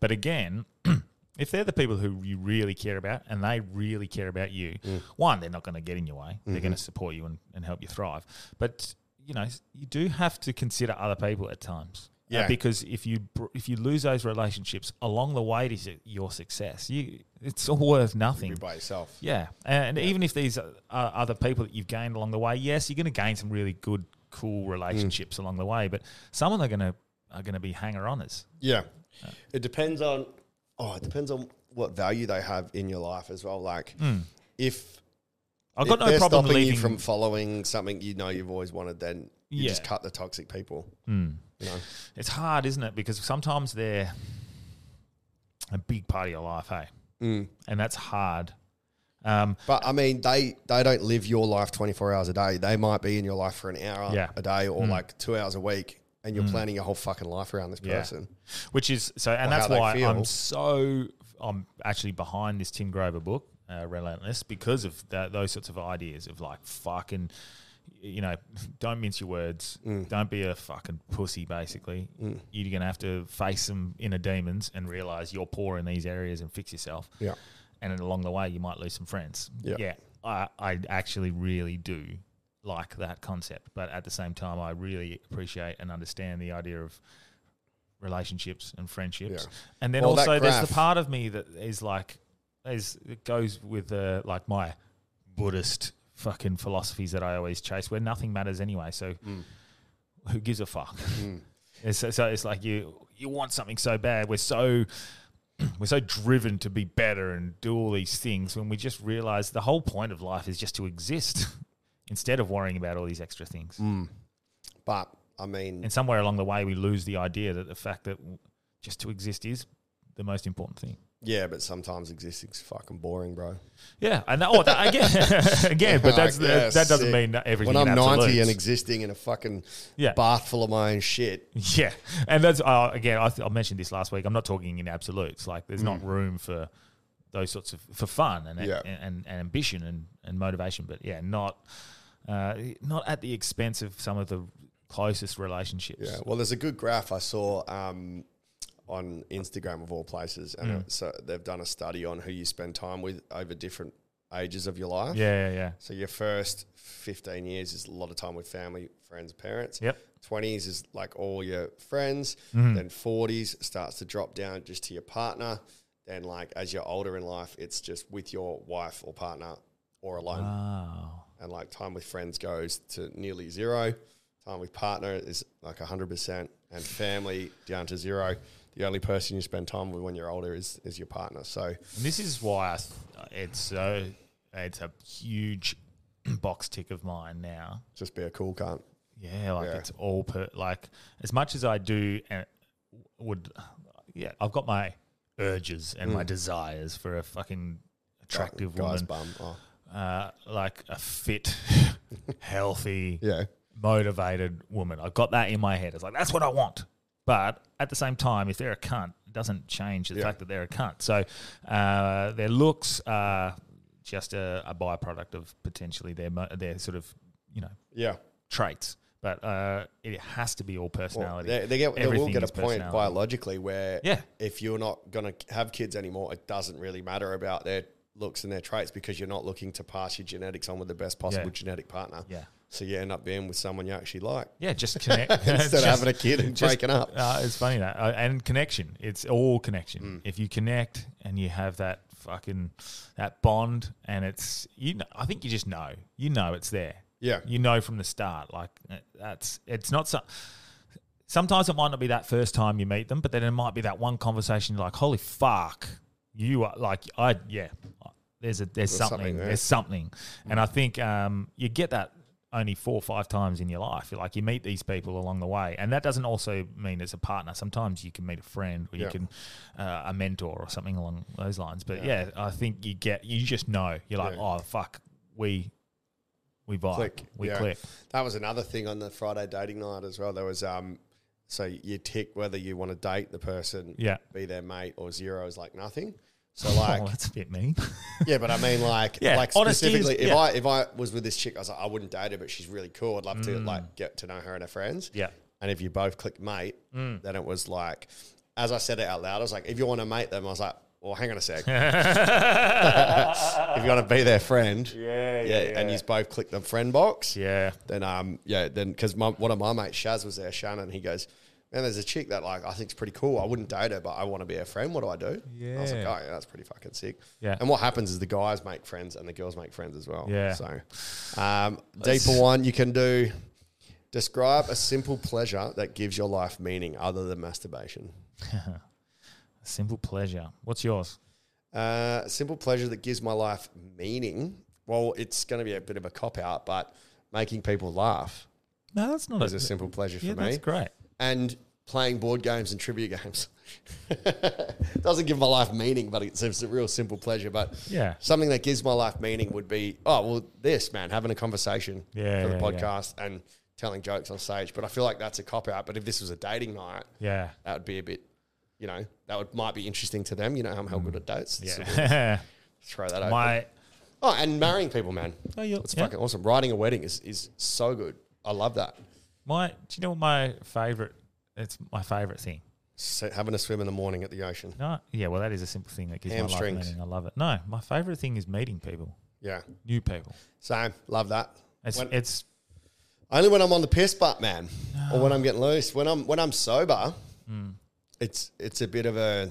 But again, if they're the people who you really care about and they really care about you, one, they're not going to get in your way. They're going to support you and, and help you thrive. But you know, you do have to consider other people at times. Uh, Yeah. because if you br- if you lose those relationships along the way to su- your success, you it's all worth nothing. you're by yourself Yeah, and even if these are are other people that you've gained along the way, yes, you're going to gain some really good, cool Mm. relationships along the way. But some of them are going to are going to be hanger oners. yeah it depends on oh it depends on what value they have in your life as well like if Hmm. I've got if no they're problem stopping leaving you from following something you know you've always wanted then you Yeah. Hmm. just cut the toxic people you know It's hard, isn't it? Because sometimes they're a big part of your life, hey, Mm. and that's hard. Um, But I mean, they they don't live your life twenty four hours a day. They might be in your life for an hour Yeah. Hmm. a day or like two hours a week, and you're planning your whole fucking life around this Yeah. person. which is so, and Or that's how they why I'm feel. so I'm actually behind this Tim Grover book, uh, Relentless, because of tha- those sorts of ideas of like fucking, you know, don't mince your words, Mm. don't be a fucking pussy. Basically, you're gonna have to face some inner demons and realize you're poor in these areas and fix yourself. Yeah. and then along the way you might lose some friends. Yeah. yeah I, I actually really do like that concept, but at the same time, I really appreciate and understand the idea of relationships and friendships. Yeah. And then Well, that also, there's graph- the part of me that is like, is it goes with uh, like my Buddhist fucking philosophies that I always chase, where nothing matters anyway. So, Mm. who gives a fuck? And so, so it's like you you want something so bad. We're so we're so driven to be better and do all these things when we just realize the whole point of life is just to exist instead of worrying about all these extra things. Mm. But I mean, And somewhere along the way, we lose the idea that the fact that w- just to exist is the most important thing. Yeah, but sometimes existing's fucking boring, bro. Yeah, and that, oh, that, again, again, but that's Like, yeah, that, that doesn't sick. mean everything. When I'm in 90 and absolutes. existing in a fucking Yeah. bath full of my own shit. Yeah, and that's uh, again. I, th- I mentioned this last week. I'm not talking in absolutes. Like, there's not room for those sorts of for fun and Mm. Yeah. and, and, ambition and, and motivation. But yeah, not uh, not at the expense of some of the closest relationships. Yeah. Well, there's a good graph I saw um, on Instagram of all places, and it- so they've done a study on who you spend time with over different ages of your life. yeah, yeah. yeah. So your first 15 years is a lot of time with family, friends, parents. Yep. Mm-hmm. 20s is like all your friends. Then 40s starts to drop down just to your partner. Then like as you're older in life, it's just with your wife or partner or alone. Ah. Wow. And like time with friends goes to nearly zero. Time with partner is like 100% and family down to zero. The only person you spend time with when you're older is, is your partner. So And this is why I th- it's so it's a huge box tick of mine now. just be a cool cunt. Yeah, like Yeah. it's all per like as much as I do and would yeah, I've got my urges and my desires for a fucking attractive Hmm. Guy's woman, bum. Oh, uh, like a fit, healthy, yeah. motivated woman. I've got that in my head. It's like that's what I want. But at the same time, if they're a cunt, it doesn't change the Yeah. fact that they're a cunt. So uh, their looks are just a, a byproduct of potentially their mo- their sort of you know Yeah. traits, but uh, it has to be all Well, personality. they, they, get, they will Everything get a is point personality. biologically where Yeah. if you're not going to have kids anymore, it doesn't really matter about their looks and their traits because you're not looking to pass your genetics on with the best possible Yeah. genetic partner. Yeah. So you end up being with someone you actually like. Yeah, just connect Instead of Just- having a kid and just- breaking up. Uh, it's funny that uh, and connection. It's all Mm. connection. If you connect and you have that fucking that bond, and it's you. Know, I think you just know. You know it's there. Yeah. you know from the start. Like uh, that's it's not so. Sometimes it might not be that first time you meet them, but then it might be that one conversation. You're like, holy fuck, you are like I yeah. There's a there's, something, something there. Mm. there's something, and I think um, you get that only four or five times in your life. Like you meet these people along the way, and that doesn't also mean it's a partner. Sometimes you can meet a friend or you Yeah. can uh, a mentor or something along those lines. But yeah. I think you get you just know you're like Yeah. oh fuck we we vibe Click. we Yeah. click That was another thing on the Friday dating night as well. There was um, so you tick whether you want to date the person, Yeah. be their mate or zero is like nothing. So like, oh, that's a bit mean. yeah, but I mean like, Yeah, like honesty is- specifically, if yeah. I if I was with this chick, I was like, I wouldn't date her, but she's really cool. I'd love to like get to know her and her friends. Mm. Yeah. Mm. And if you both click mate, then it was like, as I said it out loud, I was like, if you want to mate them, I was like, well, hang on a sec. if you want to be their friend, yeah, yeah, and you both click the friend box, yeah, then um yeah then because my, one of my mates Shaz was there Shannon he goes man there's a chick that like I think's pretty cool I wouldn't date her but I want to be her friend what do I do I was like Yeah. oh yeah that's pretty fucking sick Yeah. and what happens is the guys make friends and the girls make friends as well Yeah. so um deeper one you can do describe a simple pleasure that gives your life meaning other than masturbation simple pleasure. What's yours? uh, simple pleasure that gives my life meaning well it's going to be a bit of a cop out but making people laugh No, that's not is a simple pleasure for yeah, me that's great. and playing board games and trivia games. Doesn't give my life meaning, but it's, it's a real simple pleasure. But Yeah. something that gives my life meaning would be oh well, this man having a conversation Yeah, for the yeah, yeah. podcast and telling jokes on stage. But I feel like that's a cop out. But if this was a dating night, Yeah, that would be a bit, you know, that would might be interesting to them. You know, I'm hell good at dates. So we'll Mm. yeah. throw that out. My oh, and marrying people, man, Oh, yeah, it's yeah. fucking awesome. Writing a wedding is is so good. I love that. my. Do you know what my favorite? It's my favorite thing. So having a swim in the morning at the ocean. No, yeah. Well, that is a simple thing that gives my life Hamstrings. meaning. I love it. No, my favorite thing is meeting people, Yeah. new people. Same. Love that. It's When- it's only when I'm on the piss butt, man, or Ah. when I'm getting loose. When I'm when I'm sober, Hmm. it's it's a bit of a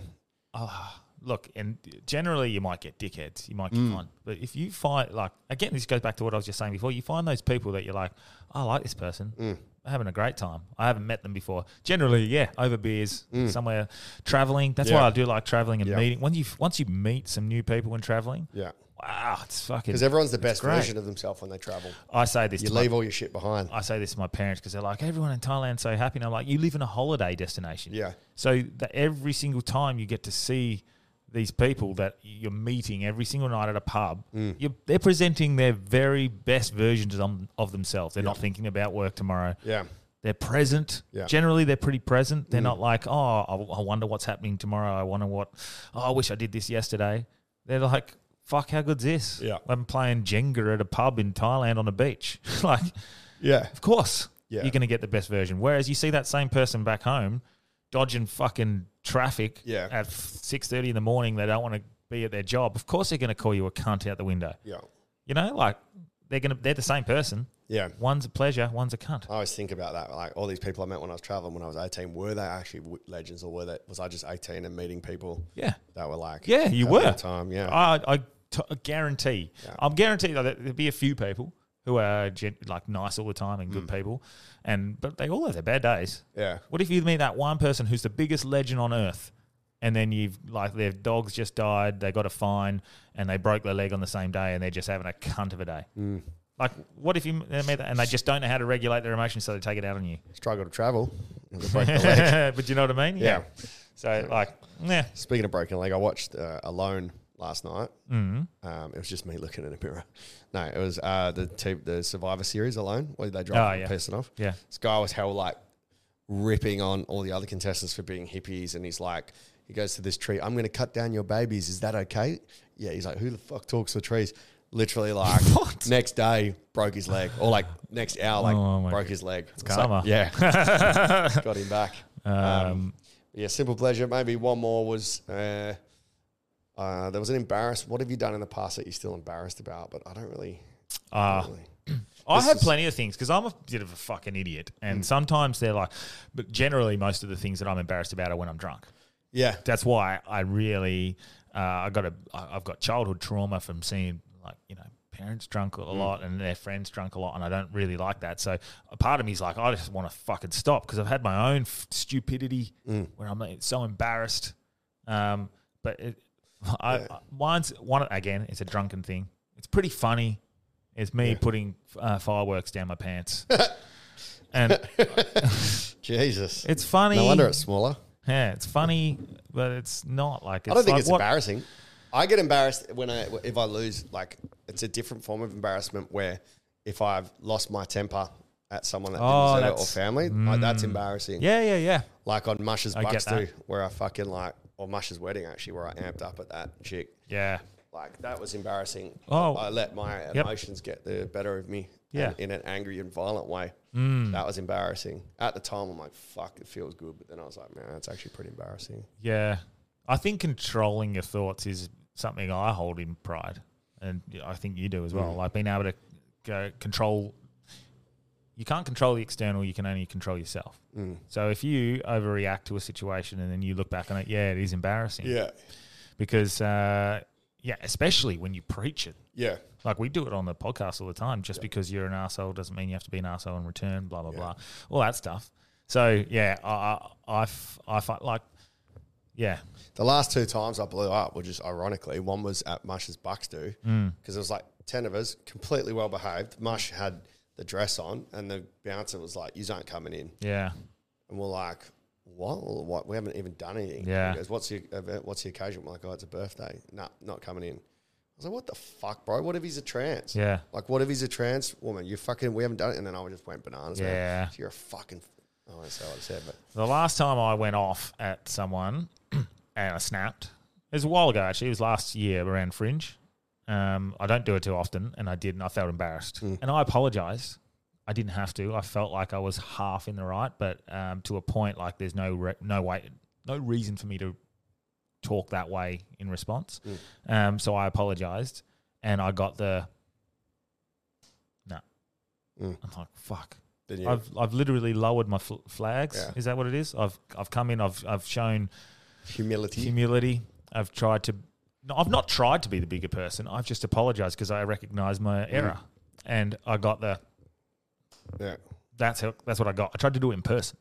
look, and generally you might get dickheads. You might Mm. get find, but if you find like again, this goes back to what I was just saying before. You find those people that you're like, I like this person. Mm. I'm having a great time. I haven't met them before. Generally, yeah, over beers, somewhere traveling. That's Mm. Yeah. why I do like traveling and Yeah. meeting. Once you once you meet some new people when traveling, yeah. wow, it's fucking. Because everyone's the best great. version of themselves when they travel. I say this You to my- leave all your shit behind. I say this to my parents because they're like, everyone in Thailand's so happy. And I'm like, you live in a holiday destination. Yeah. So that every single time you get to see these people that you're meeting every single night at a pub, Mm. you're, they're presenting their very best versions of, them, of themselves. They're not thinking about work tomorrow. Yeah. They're present. Yeah. Mm. Generally, they're pretty present. They're not like, oh, I, I wonder what's happening tomorrow. I wonder what, oh, I wish I did this yesterday. They're like, fuck, how good's this? Yeah. I'm playing Jenga at a pub in Thailand on a beach. like, Yeah. of course, Yeah. you're going to get the best version. Whereas you see that same person back home dodging fucking traffic Yeah. at six thirty in the morning. They don't want to be at their job. Of course, they're going to call you a cunt out the window. Yeah. You know, like they're going to they're the same person. Yeah. Uh, One's a pleasure, one's a cunt. I always think about that. Like all these people I met when I was traveling when I was 18, were they actually w- legends or were they, was I just 18 and meeting people Yeah, that were like, yeah, you having a were. time. Yeah. I I t- I guarantee. I'm guaranteed that there'd be a few people who are gen- like nice all the time and good people, and but they all have their bad days. Mm. yeah. What if you meet that one person who's the biggest legend on earth, and then you've like their dogs just died, they got a fine, and they broke their leg on the same day, and they're just having a cunt of a day. Mm. Like, what if you met that and they just don't know how to regulate their emotions, so they take it out on you? Struggle to travel. It was a break the leg. but you know what I mean? Yeah. So like, yeah, Speaking of broken leg, I watched uh, Alone last night. Mm-hmm. Um, it was just me looking in a mirror. No, it was uh, the t- the Survivor series Alone. Where they drive Oh, and yeah. pissing off. Yeah. this guy was hell like ripping on all the other contestants for being hippies, and he's like, he goes to this tree. I'm going to cut down your babies. Is that okay? Yeah. He's like, who the fuck talks to trees? Literally, like What? next day broke his leg, or like next hour, like Oh, my broke God. his leg. It's karma. yeah, got him back. um, yeah, simple pleasure. Maybe one more was uh, uh, there was an embarrassed. What have you done in the past that you're still embarrassed about? But I don't really. Ah. don't really- I have plenty of things because I'm a bit of a fucking idiot, Mm. and sometimes they're like, but generally most of the things that I'm embarrassed about are when I'm drunk. yeah, that's why I really uh, I got a I- I've got childhood trauma from seeing like you know parents drunk a Mm. lot and their friends drunk a lot and I don't really like that. So a part of me's like I just want to fucking stop because I've had my own f- stupidity Mm. where I'm like, so embarrassed. Um, but it, I, I- mine's one again. It's a drunken thing. It's pretty funny. It's me putting uh, fireworks down my pants, and Jesus. it's funny. no wonder it's smaller. yeah, it's funny, but it's not like it's I don't think like it's what- embarrassing. I get embarrassed when I if I lose. Like it's a different form of embarrassment where if I've lost my temper at someone that didn't Oh, deserve it or that's- Mm. family, like that's embarrassing. Yeah, yeah, yeah. Like on Mush's I get bucks too, that. where I fucking like, or Mush's wedding actually, where I amped up at that chick. Yeah. Like that was embarrassing. Oh. I let my Yep. emotions get the better of me. Yeah. Mm. and in an angry and violent way. That was embarrassing. At the time, I'm like, "Fuck, it feels good," but then I was like, "Man, that's actually pretty embarrassing." Yeah. I think controlling your thoughts is something I hold in pride. And I think you do as well. Like being able to go control. You can't control the external, you can only control yourself. So if you overreact to a situation and then you look back on it, yeah, it is embarrassing. Yeah, Because, uh, yeah, especially when you preach it. yeah, Like we do it on the podcast all the time. Just because you're an asshole doesn't mean you have to be an asshole in return. Blah blah blah. All that stuff. So yeah, I I I, f- I fi- like yeah The last two times I blew up were just ironically. One was at Mush's Bucks do Mm. because it was like ten of us, completely well behaved. Mush had the dress on, and the bouncer was like, "You aren't coming in," yeah and we're like. What? Well, what? We haven't even done anything. Yeah. He goes, "What's your event? What's the occasion?" We're like, "Oh, it's a birthday." Nah, not coming in. I was like, "What the fuck, bro? What if he's a trans? Yeah. Like, what if he's a trans woman? You fucking, we haven't done it." And then I just went bananas. man. Yeah. So you're a fucking. I won't say what I said, but The last time I went off at someone and I snapped, it was a while ago actually. It was last year around Fringe. Um, I don't do it too often, and I did, and I felt embarrassed, and I apologized. I didn't have to. I felt like I was half in the right, but um, to a point, like there's no re- no way, no reason for me to talk that way in response. Um, so I apologized, and I got the no. Mm. I'm like fuck. then you, I've I've literally lowered my fl- flags. Yeah. Is that what it is? I've I've come in. I've I've shown humility. humility. I've tried to. No, I've not tried to be the bigger person. I've just apologized because I recognize my error, and I got the. yeah. That's how. That's what I got. I tried to do it in person.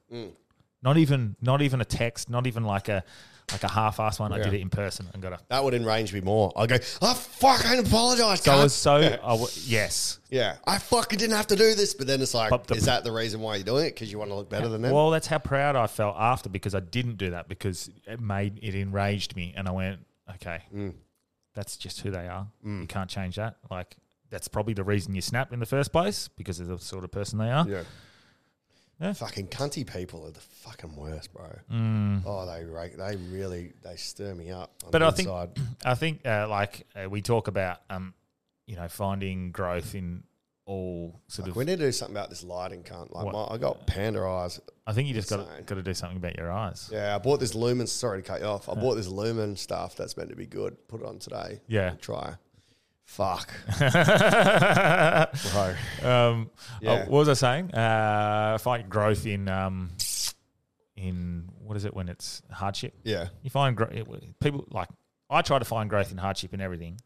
Not even not even a text. Not even like a like a half-assed one. I did it in person and got a. That would enrage me more. I go, "Oh, I fucking apologize. So I cunt." was so. I w- yes. yeah, I fucking didn't have to do this. But then it's like, Pop the- is that the reason why you're doing it? Because you want to look better than them? Well, that's how proud I felt after because I didn't do that because it made it enraged me, and I went, okay, Mm. that's just who they are. You can't change that. Like that's probably the reason you snap in the first place because of the sort of person they are. Yeah. Yeah. Fucking cunty people are the fucking worst, bro. Oh, they ra- they really they stir me up. On Mm. But the I think- inside. I think uh, like uh, we talk about, um, you know, finding growth in all sort Like, of. we need to do something about this lighting, cunt. Like What? my, I got panda eyes. I think you just Sorry. got got to do something about your eyes. Yeah, I bought this Lumen. Sorry to cut you off. I bought this Lumen stuff that's meant to be good. Put it on today. Yeah. and try. Fuck, bro. um, Yeah. oh, what was I saying? Uh, find growth in um, in what is it when it's hardship? yeah, You find gro- it, people like I try to find growth in hardship and everything,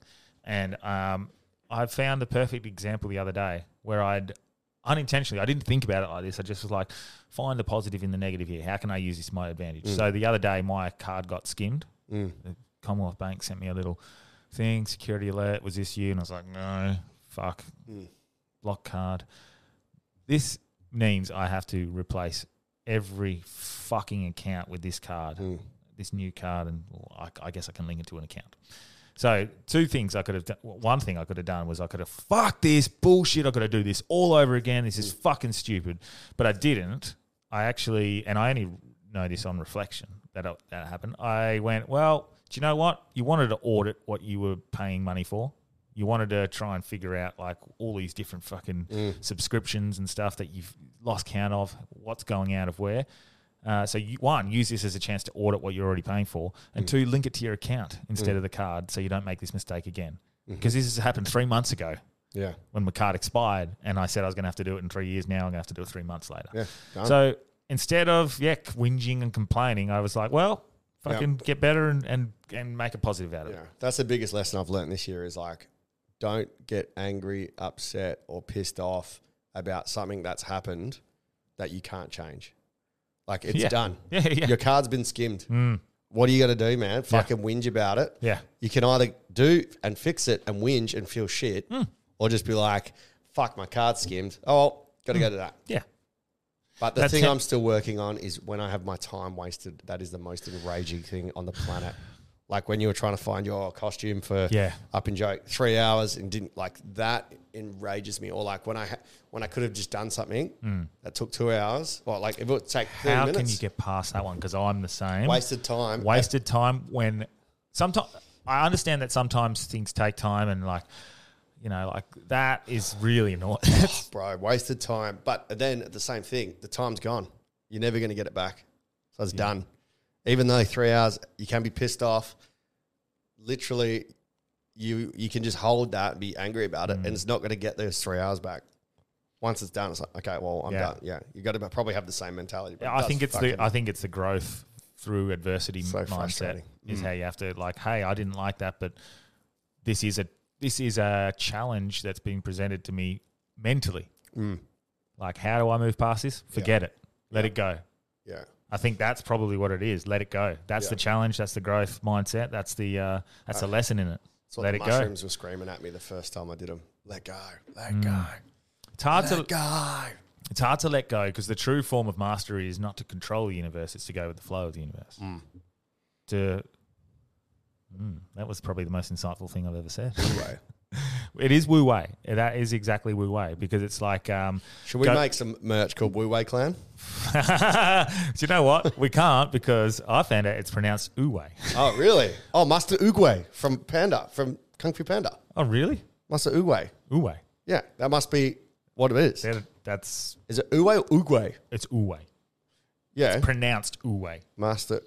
and um, I found the perfect example the other day where I'd unintentionally I didn't think about it like this. I just was like, find the positive in the negative here. How can I use this to my advantage? So the other day, my card got skimmed. Mm. The Commonwealth Bank sent me a little thing, security alert. Was this you? And I was like, no, fuck, block card. This means I have to replace every fucking account with this card, this new card, and well, I, I guess I can link it to an account. So two things I could have done. well, One thing I could have done was I could have fuck this bullshit. I could have do this all over again. This is fucking stupid. But I didn't. I actually, and I only know this on reflection that it- that happened. I went, well, do you know what? You wanted to audit what you were paying money for. You wanted to try and figure out like all these different fucking subscriptions and stuff that you've lost count of. What's going out of where? Uh, so you, one, use this as a chance to audit what you're already paying for, Mm. and two, link it to your account instead of the card, so you don't make this mistake again. Mm-hmm. Because this has happened three months ago yeah, when my card expired, and I said I was going to have to do it in three years. Now I'm going to have to do it three months later. yeah. Done. So instead of yeah whinging and complaining, I was like, well, fucking get better and, and and make a positive out of yeah, it. that's the biggest lesson I've learned this year is like, don't get angry, upset, or pissed off about something that's happened that you can't change. Like it's Yeah. done. Yeah, yeah. Mm. Your card's been skimmed. What are you going to do, man? Fucking whinge about it. Yeah. You can either do and fix it and whinge and feel shit, Mm. or just be like, fuck, my card's skimmed. Oh, well, got to go to that. Yeah. But the That's thing it. I'm still working on is when I have my time wasted, that is the most enraging thing on the planet. Like when you were trying to find your costume for Yeah. up and joke three hours and didn't like that enrages me. Or like when I ha- when I could have just done something that took two hours. Or like if it would take thirty Mm. How minutes, can you get past that one? Because I'm the same. wasted time. wasted time when sometimes I understand that sometimes things take time and like you know like that is really annoying. bro, wasted time. But then the same thing, the time's gone. You're never going to get it back. So it's done. Even though three hours, you can be pissed off. Literally, you you can just hold that and be angry about it, Mm. and it's not going to get those three hours back. Once it's done, it's like okay, well, I'm Yeah. done. Yeah, you got to probably have the same mentality. but it I does think it's fucking- the I think it's the growth through adversity So mindset frustrating. Mm. is how you have to like hey I didn't like that but this is a this is a challenge that's being presented to me mentally. Mm. Like how do I move past this? Forget it. Let it go. yeah, I think that's probably what it is. Let it go. That's the challenge. That's the growth mindset. That's the uh, that's the lesson in it. it's what Let the it go. mushrooms were screaming at me the first time I did them. Let go, let go, It's hard to let go. it's hard to let go because the true form of mastery is not to control the universe; it's to go with the flow of the universe. Mm. To Mm, that was probably the most insightful thing I've ever said. Anyway, it is Wu Wei. That is exactly Wu Wei because it's like, um, should we Go- make some merch called Wu Wei Clan? do you know what? We can't because I found out it's pronounced Wu Wei. Oh, really? Oh, Master Oogway from Panda, from Kung Fu Panda. Oh, really? Master Oogway. Wu Wei. Yeah, that must be what it is. That- That's Is it Oogway or Oogway? it's Wu Wei. Yeah, Pronounced Wu Wei. Master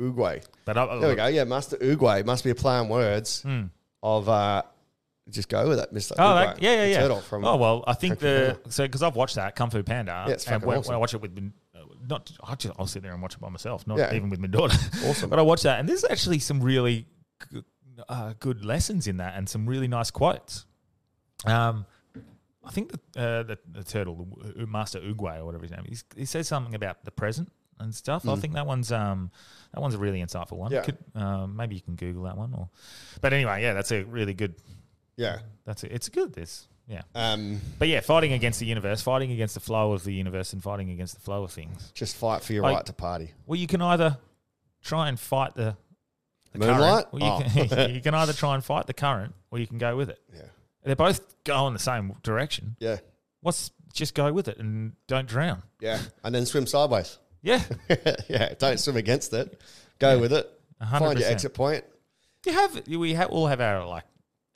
Oogway. But I, There we go. Yeah, Master Oogway must be a play on words of uh, just go with it, Mister. Hmm. Oh, like, yeah, yeah, the yeah. Turtle from. oh well, I Kung think Fu the Panda. so because I've watched that Kung Fu Panda. Yeah, it's and fucking when, awesome. when I watch it with, uh, not I just, I'll sit there and watch it by myself, not Yeah. even with my daughter. Awesome. but I watch that, and there's actually some really g- uh, good lessons in that, and some really nice quotes. Um, I think the uh, the, the turtle, the W- Master Oogway or whatever his name, is, he says something about the present and stuff. I think that one's um that one's a really insightful one. Mm. Yeah. Could, uh, maybe you can Google that one, or but anyway, yeah, that's a really good Yeah. that's it. It's good. This, yeah. Um, But yeah, fighting against the universe, fighting against the flow of the universe, and fighting against the flow of things. just fight for your Like- right to party. Well, you can either try and fight the Moonlight? Well, you, Oh. can, you can either try and fight the current or you can go with it. Yeah. They're both going the same direction. Yeah. What's just go with it and don't drown? Yeah. And then swim sideways. Yeah. yeah. Don't swim against it. Go with it. Find your 100%. exit point. you have we ha- all have our like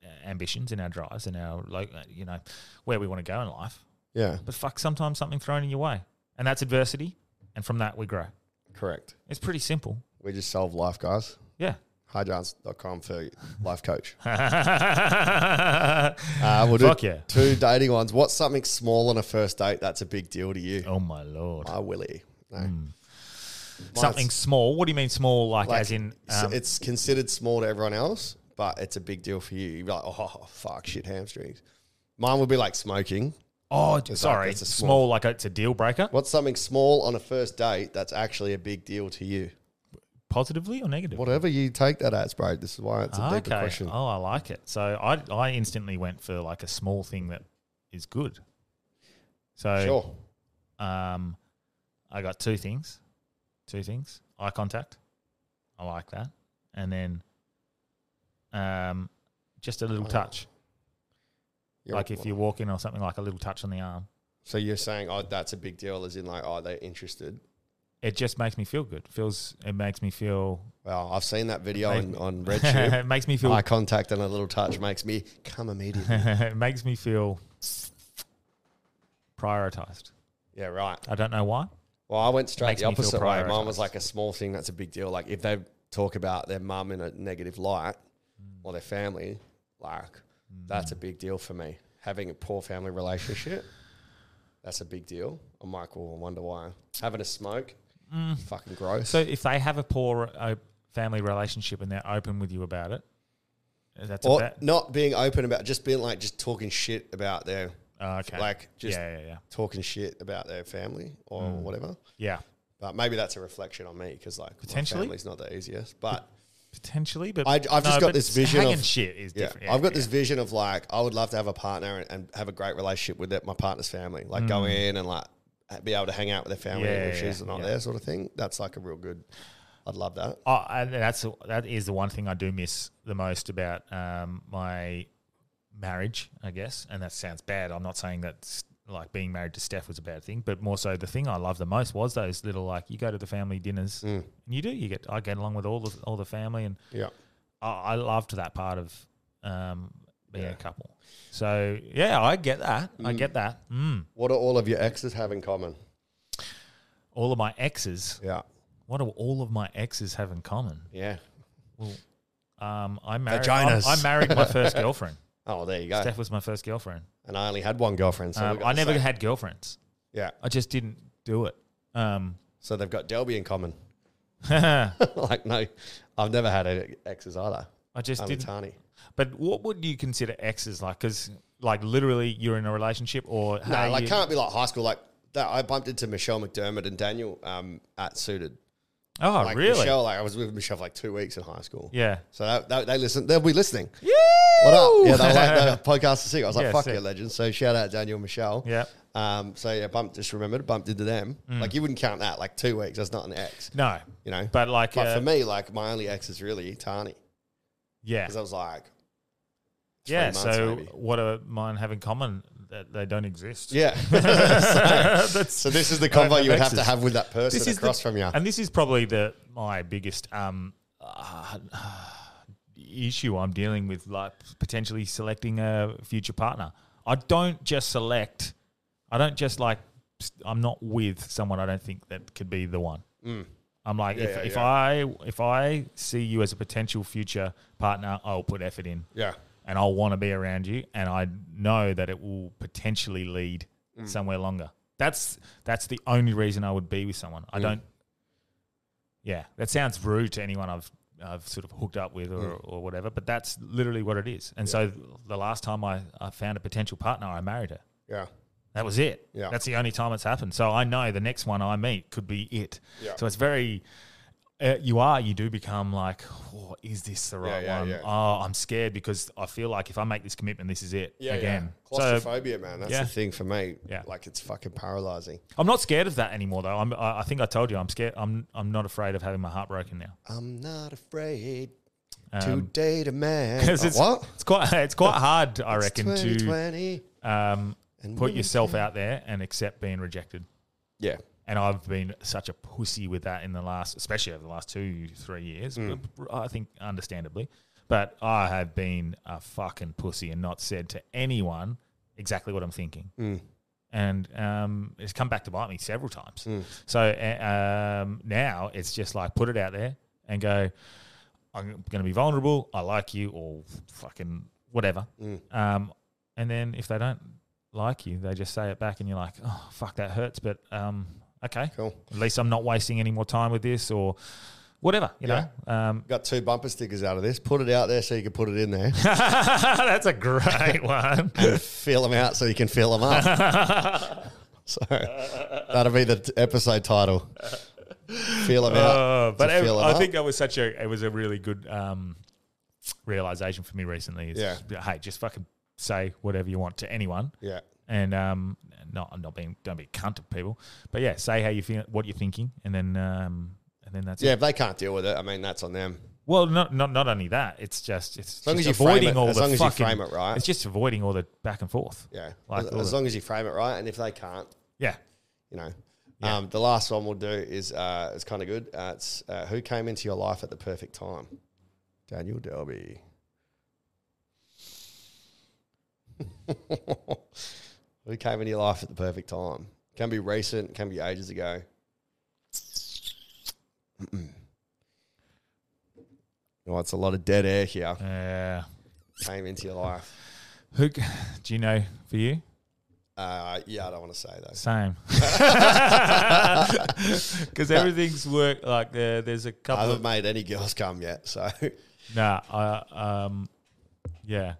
uh, ambitions and our drives and our like uh, you know where we want to go in life. Yeah. But fuck, sometimes something thrown in your way, and that's adversity, and from that we grow. Correct. It's pretty simple. We just solve life, guys. Yeah. Highjance.com for life coach. uh, Uh, we'll do Ah, Fuck yeah. two dating ones. What's something small on a first date that's a big deal to you? Oh my lord. My Willie. No. Mine's- Something small. What do you mean small? Like, like, as in s- um, it's considered small to everyone else, but it's a big deal for you. You're like, oh fuck, shit, hamstrings. Mine would be like smoking. oh d- sorry, it's a small. small- like it's a deal breaker. What's something small on a first date that's actually a big deal to you? Positively or negative? Whatever you take that as, bro. This is why it's a Ah, deeper question. Oh, I like it. So I I instantly went for like a small thing that is good. So Sure. um, I got two things, two things. Eye contact, I like that, and then um, just a little touch, Oh, You're- like if you're walking or something, like a little touch on the arm. so you're saying, oh, that's a big deal, as in like, oh, they're interested. It just makes me feel good. Feels it makes me feel Well, I've seen that video on, Mate. on it RedTube. makes me feel Eye contact and a little touch makes me come immediately. it makes me feel prioritized. yeah, right. I don't know why. Well, I went straight Makes the me feel opposite way. Mine was prioritised. like a small thing that's a big deal. Like if they talk about their mum in a negative light Mm. or their family, like that's a big deal for me. Having a poor family relationship, that's a big deal. I'm like, well, I wonder why. Having a smoke, fucking gross. Mm. So if they have a poor uh, family relationship and they're open with you about it, uh, that's a or bad. not being open about just being like just talking shit about their Oh, okay. like just yeah, Hmm. yeah, yeah, talking shit about their family or whatever. yeah. But maybe that's a reflection on me because like Potentially. my family's not the easiest. But Potentially, but I- I've just got but this vision hanging of- shit is Yeah. different. Yeah, I've got yeah, this vision of like, I would love to have a partner and, and have a great relationship with that, my partner's family. Like go in and like be able to hang out with their family Hmm. Yeah, when yeah, she's not yeah. there, sort of thing. That's like a real good. I'd love that. Oh, and that's that is the one thing I do miss the most about um, my marriage, I guess. And that sounds bad. I'm not saying that like being married to Steph was a bad thing, but more so the thing I loved the most was those little like you go to the family dinners and you do you get I get along with all the all the family and Yeah. I, I loved that part of um, being a couple. So yeah, I get that. I get that. Mm. What do all of your exes have in common? All of my exes. Yeah. What do all of my exes have in common? Yeah. Um, I married. I, Vaginas. I married my first girlfriend. Oh, there you go. Steph was my first girlfriend. And I only had one girlfriend. So Um, we've got I the never same. had girlfriends. Yeah. I just didn't do it. Um, So they've got Delby in common. I like, no, I've never had any exes either. just Only didn't. Tani. But what would you consider exes like? Because like literally, you're in a relationship or No, hey, like you- can't be like high school. Like that, I bumped into Michelle McDermott and Daniel um, at Suited. Oh, like really? Michelle, like I was with Michelle for like two weeks in high school. Yeah. So that, that, they listen. They'll be listening. Yeah. What up? Yeah, they were like, the podcast is sick. I was like, Yeah, fuck sick. yeah, legends. So shout out Daniel and Michelle. Yeah. Mm. Um. So yeah, bumped. Just remembered, bumped into them. Like you wouldn't count that. Like two weeks. That's not an ex. No, You know. but like, But uh, for me, like my only ex is really Tani yeah, because I was like, yeah. months So maybe. what do mine have in common? That they don't exist. yeah. That's- so this is the I don't convo you would have to exes. have with that person is across the, from you. And this is probably the my biggest um, uh, issue I'm dealing with, like potentially selecting a future partner. I don't just select. I don't just like. I'm not with someone I don't think that could be the one. I'm like if, Mm. yeah, if yeah. I if I see you as a potential future partner, I'll put effort in yeah. and I'll want to be around you, and I know that it will potentially lead somewhere longer. That's that's the only reason I would be with someone. I don't. Yeah, that sounds rude to anyone I've I've sort of hooked up with or, or whatever, but that's literally what it is. And so the last time I, I found a potential partner, I married her. Yeah. That was it. Yeah. That's the only time it's happened. So I know the next one I meet could be it. Yeah. So it's very. Uh, you are, you do become like, oh, is this the right yeah, one? yeah. Oh, I'm scared because I feel like if I make this commitment, this is it Yeah, again. yeah. So claustrophobia, man. That's yeah. the thing for me. Yeah. like it's fucking paralyzing. I'm not scared of that anymore, though. Uh, I'm, I, I think I told you I'm scared. I'm, I'm not afraid of having my heart broken now. I'm not afraid. to date a man. Because Oh, Um, it's, what? it's quite it's quite hard, I It's reckon, to 2020. um, And put we- yourself out there and accept being rejected. Yeah. And I've been such a pussy with that in the last, especially over the last two, three years. but I think understandably, but I have been a fucking pussy and not said to anyone exactly what I'm thinking. And um, it's come back to bite me several times. Mm. So uh, um, now it's just like put it out there and go. I'm going to be vulnerable. I like you, or fucking whatever. Mm. Um, and then if they don't like you, they just say it back, and you're like, oh fuck, that hurts. But um, okay, Cool. At least I'm not wasting any more time with this, or whatever. You Yeah. know, um, Got two bumper stickers out of this. Put it out there so you can put it in there. that's a great one. fill them out so you can fill them up. so that'll be the t- episode title. Fill them Uh, out. but to I, fill 'em I up. think that was such a it was a really good um, realization for me recently. Is Yeah. just, hey, just fucking say whatever you want to anyone. Yeah. and um, not I'm not being don't be a cunt to people, but yeah, say how you feel, what you're thinking, and then um, and then that's Yeah, it. if they can't deal with it, I mean, that's on them. Well, not not not only that, it's just it's long just as you frame avoiding it- all as the long as you fucking- frame it right. It's just avoiding all the back and forth. Yeah. like as all as the- long as you frame it right. And if they can't, yeah. you know. Um, the last one we'll do is uh, it's kind of good. Uh, it's uh, who came into your life at the perfect time? Daniel Delby. who came into your life at the perfect time? Can be recent, can be ages ago. oh, it's a lot of dead air here. Uh, Came into your life. who c- do you know for you? Uh, yeah, I don't want to say those. Same, because everything's work. Like uh, there's a I couple haven't of made any girls come yet, so nah. I, um, yeah,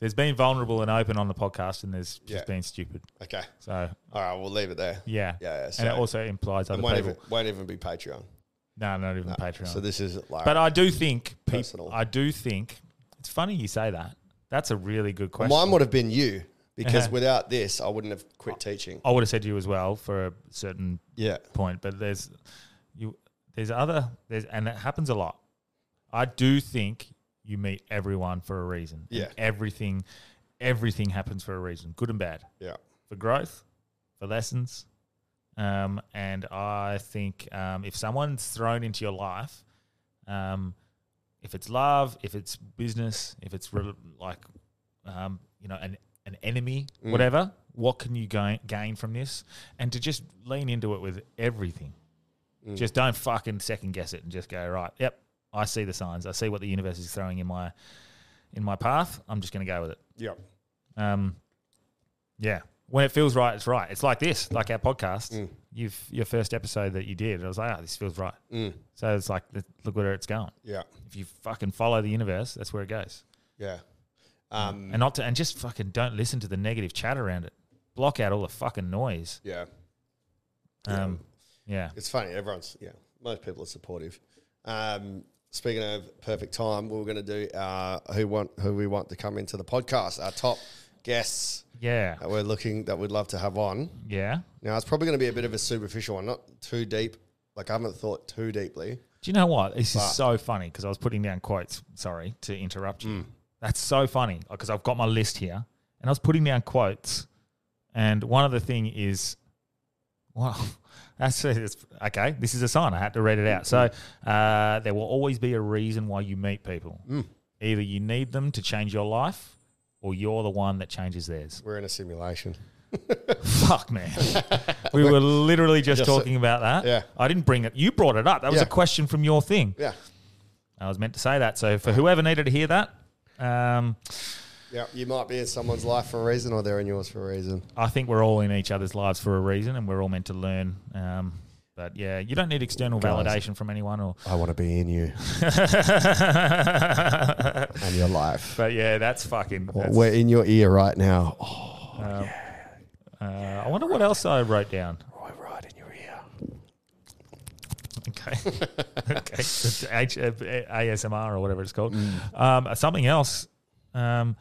there's been vulnerable and open on the podcast, and there's just Yeah. been stupid. okay. So All right, we'll leave it there. Yeah. Yeah, yeah, and it so- also implies other It won't people. even, won't even be Patreon. no, not even Patreon. So this is like, but I do think people. Personal. I do think it's funny you say that. That's a really good question. Uh-huh. Uh, mine would have been you because Yeah. without this, I wouldn't have quit teaching. I would have said you as well for a certain Yeah. point, but there's you there's other there's and it happens a lot. I do think you meet everyone for a reason. and Yeah. everything everything happens for a reason, good and bad. Yeah. for growth, for lessons. Um, and I think um, if someone's thrown into your life, um, if it's love, if it's business, if it's re- like, um, you know, an, an enemy, whatever, what can you gain, gain from this? And to just lean into it with everything. Just don't fucking second guess it and just go, right, yep, I see the signs. I see what the universe is throwing in my in my path. I'm just going to go with it. Yeah. Um, yeah, when it feels right, it's right. It's like this, like our podcast. You've your first episode that you did. I was like, oh, this feels right. So it's like, th- look where it's going. Yeah. If you fucking follow the universe, that's where it goes. Yeah. Um, And not to, and just fucking don't listen to the negative chat around it. Block out all the fucking noise. yeah. Um, yeah. It's funny. Everyone's, yeah, most people are supportive. Um, speaking of perfect time, we we're going to do uh, who want who we want to come into the podcast, our top guests yeah, that we're looking that we'd love to have on. yeah. Now, it's probably going to be a bit of a superficial one, not too deep. Like, I haven't thought too deeply. Do you know what? This is so funny because I was putting down quotes. Sorry to interrupt Mm. you. That's so funny because I've got my list here and I was putting down quotes. And one of the thing is, well, that's it's, okay. This is a sign. I had to read it out. So uh, there will always be a reason why you meet people. Mm. Either you need them to change your life, or you're the one that changes theirs. We're in a simulation. Fuck man, we were literally just, Just- talking about that. Yeah. I didn't bring it. You brought it up. That was Yeah. a question from your thing. Yeah. I was meant to say that. So for whoever needed to hear that, um, Yeah, you might be in someone's life for a reason, or they're in yours for a reason. I think we're all in each other's lives for a reason, and we're all meant to learn. Um, but yeah, you don't need external Guys. validation from anyone. Or I want to be in you but and your life. yeah, that's fucking. that's- We're in your ear right now. Oh, uh, I wonder what else I wrote down. we're right in your ear. Okay, okay, It's H- uh, ASMR or whatever it's called. Mm. Um, something else um,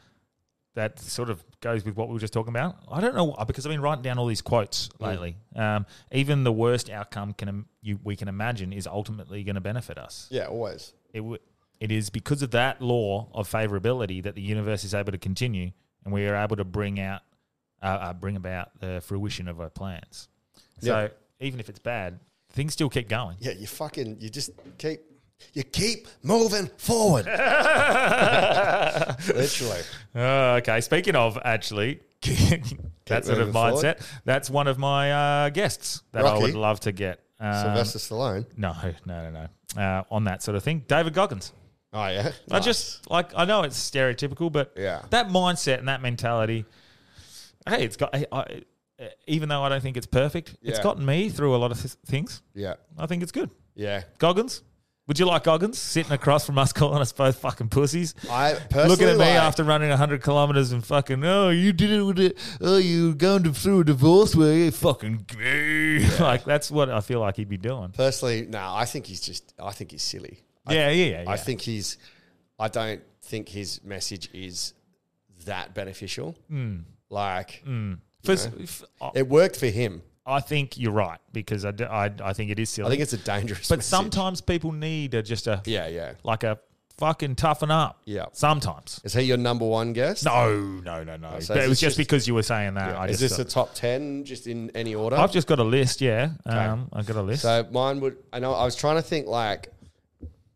that sort of goes with what we were just talking about. I don't know because I've been writing down all these quotes Mm. lately. Um, even the worst outcome can im- you, we can imagine is ultimately going to benefit us. Yeah, always. It would. It is because of that law of favorability that the universe is able to continue, and we are able to bring out, uh, uh, bring about the fruition of our plans. So Yeah. even if it's bad, things still keep going. Yeah, you fucking, you just keep, you keep moving forward. Literally. Oh, okay. Speaking of, actually, that sort moving of forward. mindset. That's one of my uh, guests that I Rocky? would love to get. Um, Sylvester Stallone. No, no, no, no. Uh, on that sort of thing, David Goggins. Oh, yeah. I just like I know it's stereotypical, but Yeah. that mindset and that mentality. Hey, it's got. I, I, even though I don't think it's perfect, it's Yeah. gotten me through a lot of th- things. Yeah. I think it's good. Yeah. Goggins, would you like Goggins sitting across from us, calling us both fucking pussies? I personally. looking at me like- after running 100 kilometers and fucking, oh, you did it with it. Oh, you were going to, through a divorce where you fucking gay. Like, that's what I feel like he'd be doing. Personally, no, I think he's just, I think he's silly. I- yeah, yeah, yeah. I think he's, I don't think his message is that beneficial. Mm. Like, For- f- I- it worked for him. I think you're right because I, do- I, I think it is silly. I think it's a dangerous but message. sometimes people need a, just a, Yeah, yeah. like a fucking toughen up. Yeah. Sometimes. Is he your number one guest? No, no, no, no. so But it is this was just just- because you were saying that. I Is just, this a top 10 just in any order? I've just got a list, yeah. Um, I've got a list. So mine would. I know. I was trying to think like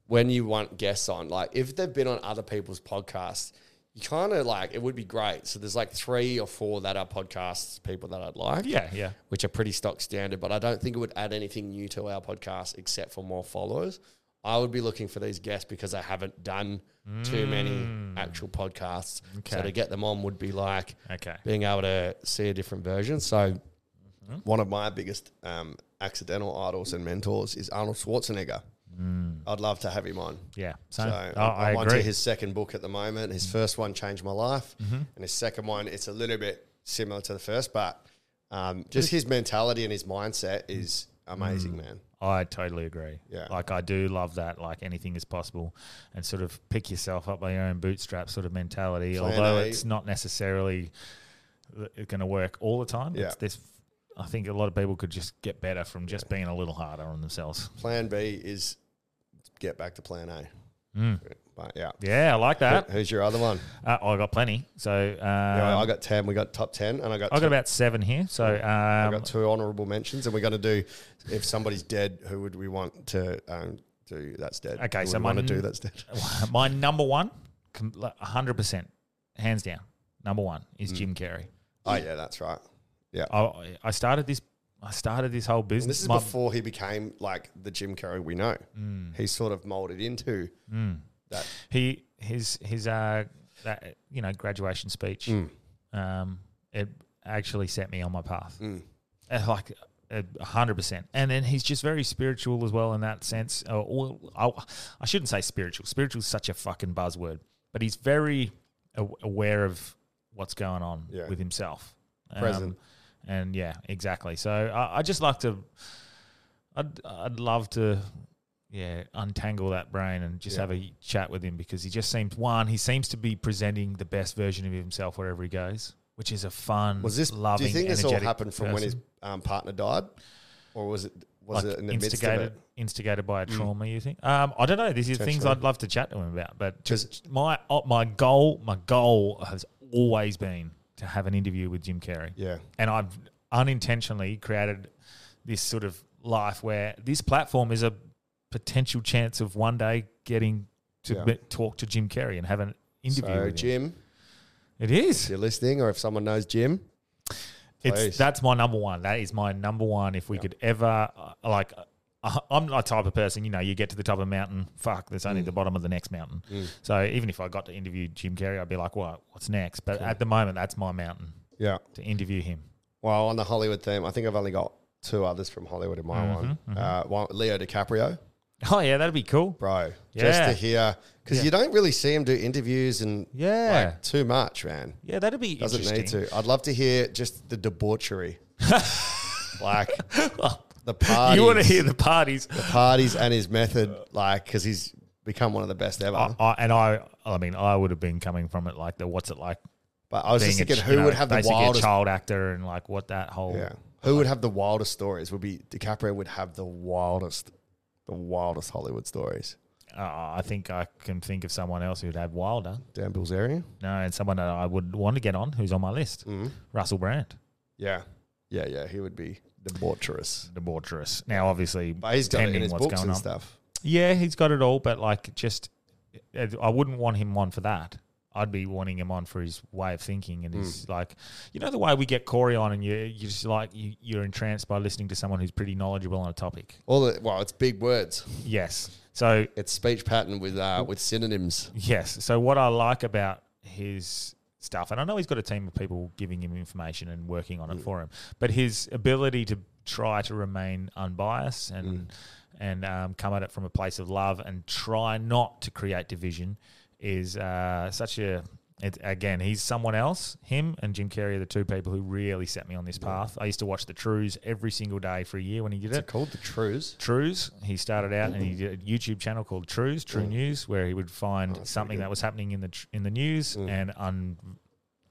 when you want guests on, like if they've been on other people's podcasts, you kind of like it would be great. So there's like three or four that are podcasts people that I'd like. yeah, yeah. Which are pretty stock standard, but I don't think it would add anything new to our podcast except for more followers. I would be looking for these guests because I haven't done too many actual podcasts. So Mm. Okay. to get them on would be like Okay. being able to see a different version. So Mm-hmm. one of my biggest um, accidental idols and mentors is Arnold Schwarzenegger. Mm. I'd love to have him on. Yeah. So So, I'm- oh, I, I'm onto agree. Mm-hmm. his second book at the moment. His first one changed my life, and his second one it's a little bit similar to the first, but um, just his mentality and his mindset Mm. is amazing, man. I totally agree. Yeah. Like I do love that, like anything is possible and sort of pick yourself up by your own bootstraps sort of mentality. Plan although A. it's not necessarily going to work all the time. Yeah. It's this, I think a lot of people could just get better from just being a little harder on themselves. Plan B is get back to Plan A. But yeah, Yeah, I like Mm. that. who's your other one? Uh, I got plenty. So uh, Yeah, I I, got, got ten. We got top ten, and I got two- about seven here. So I um, got two honourable mentions, and we're going to do if somebody's dead, who would we want to um, do that's dead? Okay, Who so would we my want to n- do that's dead. my number one, com- like, 100%, hands down, number one is Mm. Jim Carrey. Oh yeah, that's right. Yeah, I, I started this. I started this whole business. and this is my- before he became like the Jim Carrey we know. Mm. He's sort of molded into that. he his his uh that you know graduation speech Mm. um it actually set me on my path Mm. Uh, like a a hundred percent and then he's just very spiritual as well in that sense uh, well, I, I shouldn't say spiritual spiritual is such a fucking buzzword but he's very a- aware of what's going on Yeah. with himself Um, Present. and yeah exactly so I, I just like to I'd I'd love to yeah untangle that brain and just have a chat with him because he just seems one he seems to be presenting the best version of himself wherever he goes, which is a fun. Was this? loving? do you think this all energetic happened from when his person. um, partner died, or was it was Like it in the midst of instigated it? Mm. instigated by a trauma? You think? Um, I don't know. These are things Potentially. I'd love to chat to him about. But 'Cause- just my uh, my goal my goal has always been to have an interview with Jim Carrey. Yeah. and I've unintentionally created this sort of life where this platform is a potential chance of one day getting to Yeah. be- talk to Jim Carrey and have an interview So with him. Jim, It is. if you're listening, or if someone knows Jim, It's Please. that's my number one. That is my number one. If we could ever uh, like, uh, I'm not a type of person. You know, you get to the top of a mountain. Fuck, there's Mm. only the bottom of the next mountain. So even if I got to interview Jim Carrey, I'd be like, what? What's next? But at the moment, that's my mountain yeah. to interview him. Well, on the Hollywood theme, I think I've only got two others from Hollywood in my Mm-hmm, one. Uh, one. Leo DiCaprio. Oh yeah, that'd be cool. bro. Just Yeah. to hear because Yeah. you don't really see him do interviews and Yeah. like, too much, man. Yeah, that'd be Doesn't need interesting. to. I'd love to hear just the debauchery, like the parties, You want to hear the parties? parties and his method, like because he's become one of the best ever. I, I, and I, I mean, I would have been coming from it like the what's it like but I was just being a, thinking, ch- who you know, would have the basically a wildest? child actor and like what that whole Yeah, who would have the wildest stories? Would be DiCaprio would have the wildest, the wildest Hollywood stories. uh, I think I can think of someone else who'd had Wilder. Dan Bill's area. No, and someone that I would want to get on who's on my list. Mm-hmm. Russell Brand, Yeah. Yeah, yeah. He would be debaucherous. debaucherous. Now, obviously, But he's done it in pending his what's books going and on. stuff. Yeah, he's got it all, but like just, eh, I wouldn't want him on for that. I'd be wanting him on for his way of thinking and his like, you know, the way we get Corey on, and you you just like you, you're entranced by listening to someone who's pretty knowledgeable on a topic. All the well, it's big words. Yes, so It's speech pattern with uh, with synonyms. Yes. So what I like about his stuff, and I know he's got a team of people giving him information and working on it for him, but his ability to try to remain unbiased and and um, come at it from a place of love and try not to create division is uh, such a it, again, he's someone else. Him and Jim Carrey are the two people who really set me on this path. I used to watch The Trues every single day for a year when he did it. Called the trues. Trues. He started out Mm. and he did a YouTube channel called Trues, True News, where he would Oh, find something that was happening in the tr- in the news Mm. and un,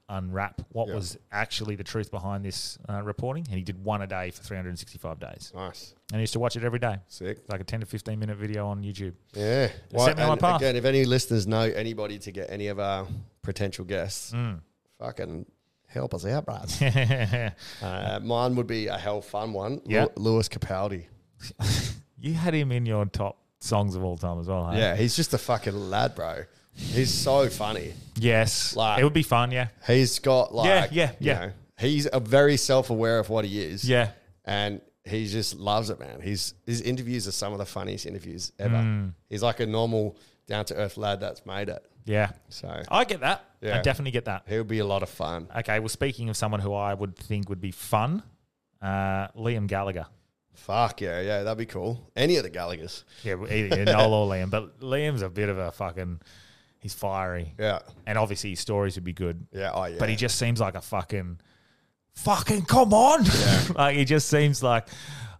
unwrap what was actually the truth behind this uh, reporting. And he did one a day for 365 days. Nice. And he used to watch it every day. Sick. Like a 10 to 15 minute video on YouTube. Yeah. set me on my and path. Again, if any listeners know anybody to get any of our potential guests, Hmm. fucking help us out, Brad. uh, mine would be a hell fun one. Yeah. Lew- Lewis Capaldi. you had him in your top songs of all time as well, hey? Yeah, he's just a fucking lad, bro. He's so funny. Yes. Like- it would be fun, yeah. He's got like Yeah, yeah, you yeah. know, he's a very self aware of what he is. Yeah. And he just loves it, man. He's his interviews are some of the funniest interviews ever. Hmm. He's like a normal down to earth lad that's made it. Yeah. So I get that. I Yeah. definitely get that. he'll be a lot of fun. Okay, well, speaking of someone who I would think would be fun, uh, Liam Gallagher. Fuck yeah, yeah, that'd be cool. Any of the Gallagher's. Yeah, well, either Noel or Liam, but Liam's a bit of a fucking. He's fiery, Yeah. and obviously his stories would be good, Yeah, oh yeah. but he just seems like a fucking, fucking come on, like he just seems like.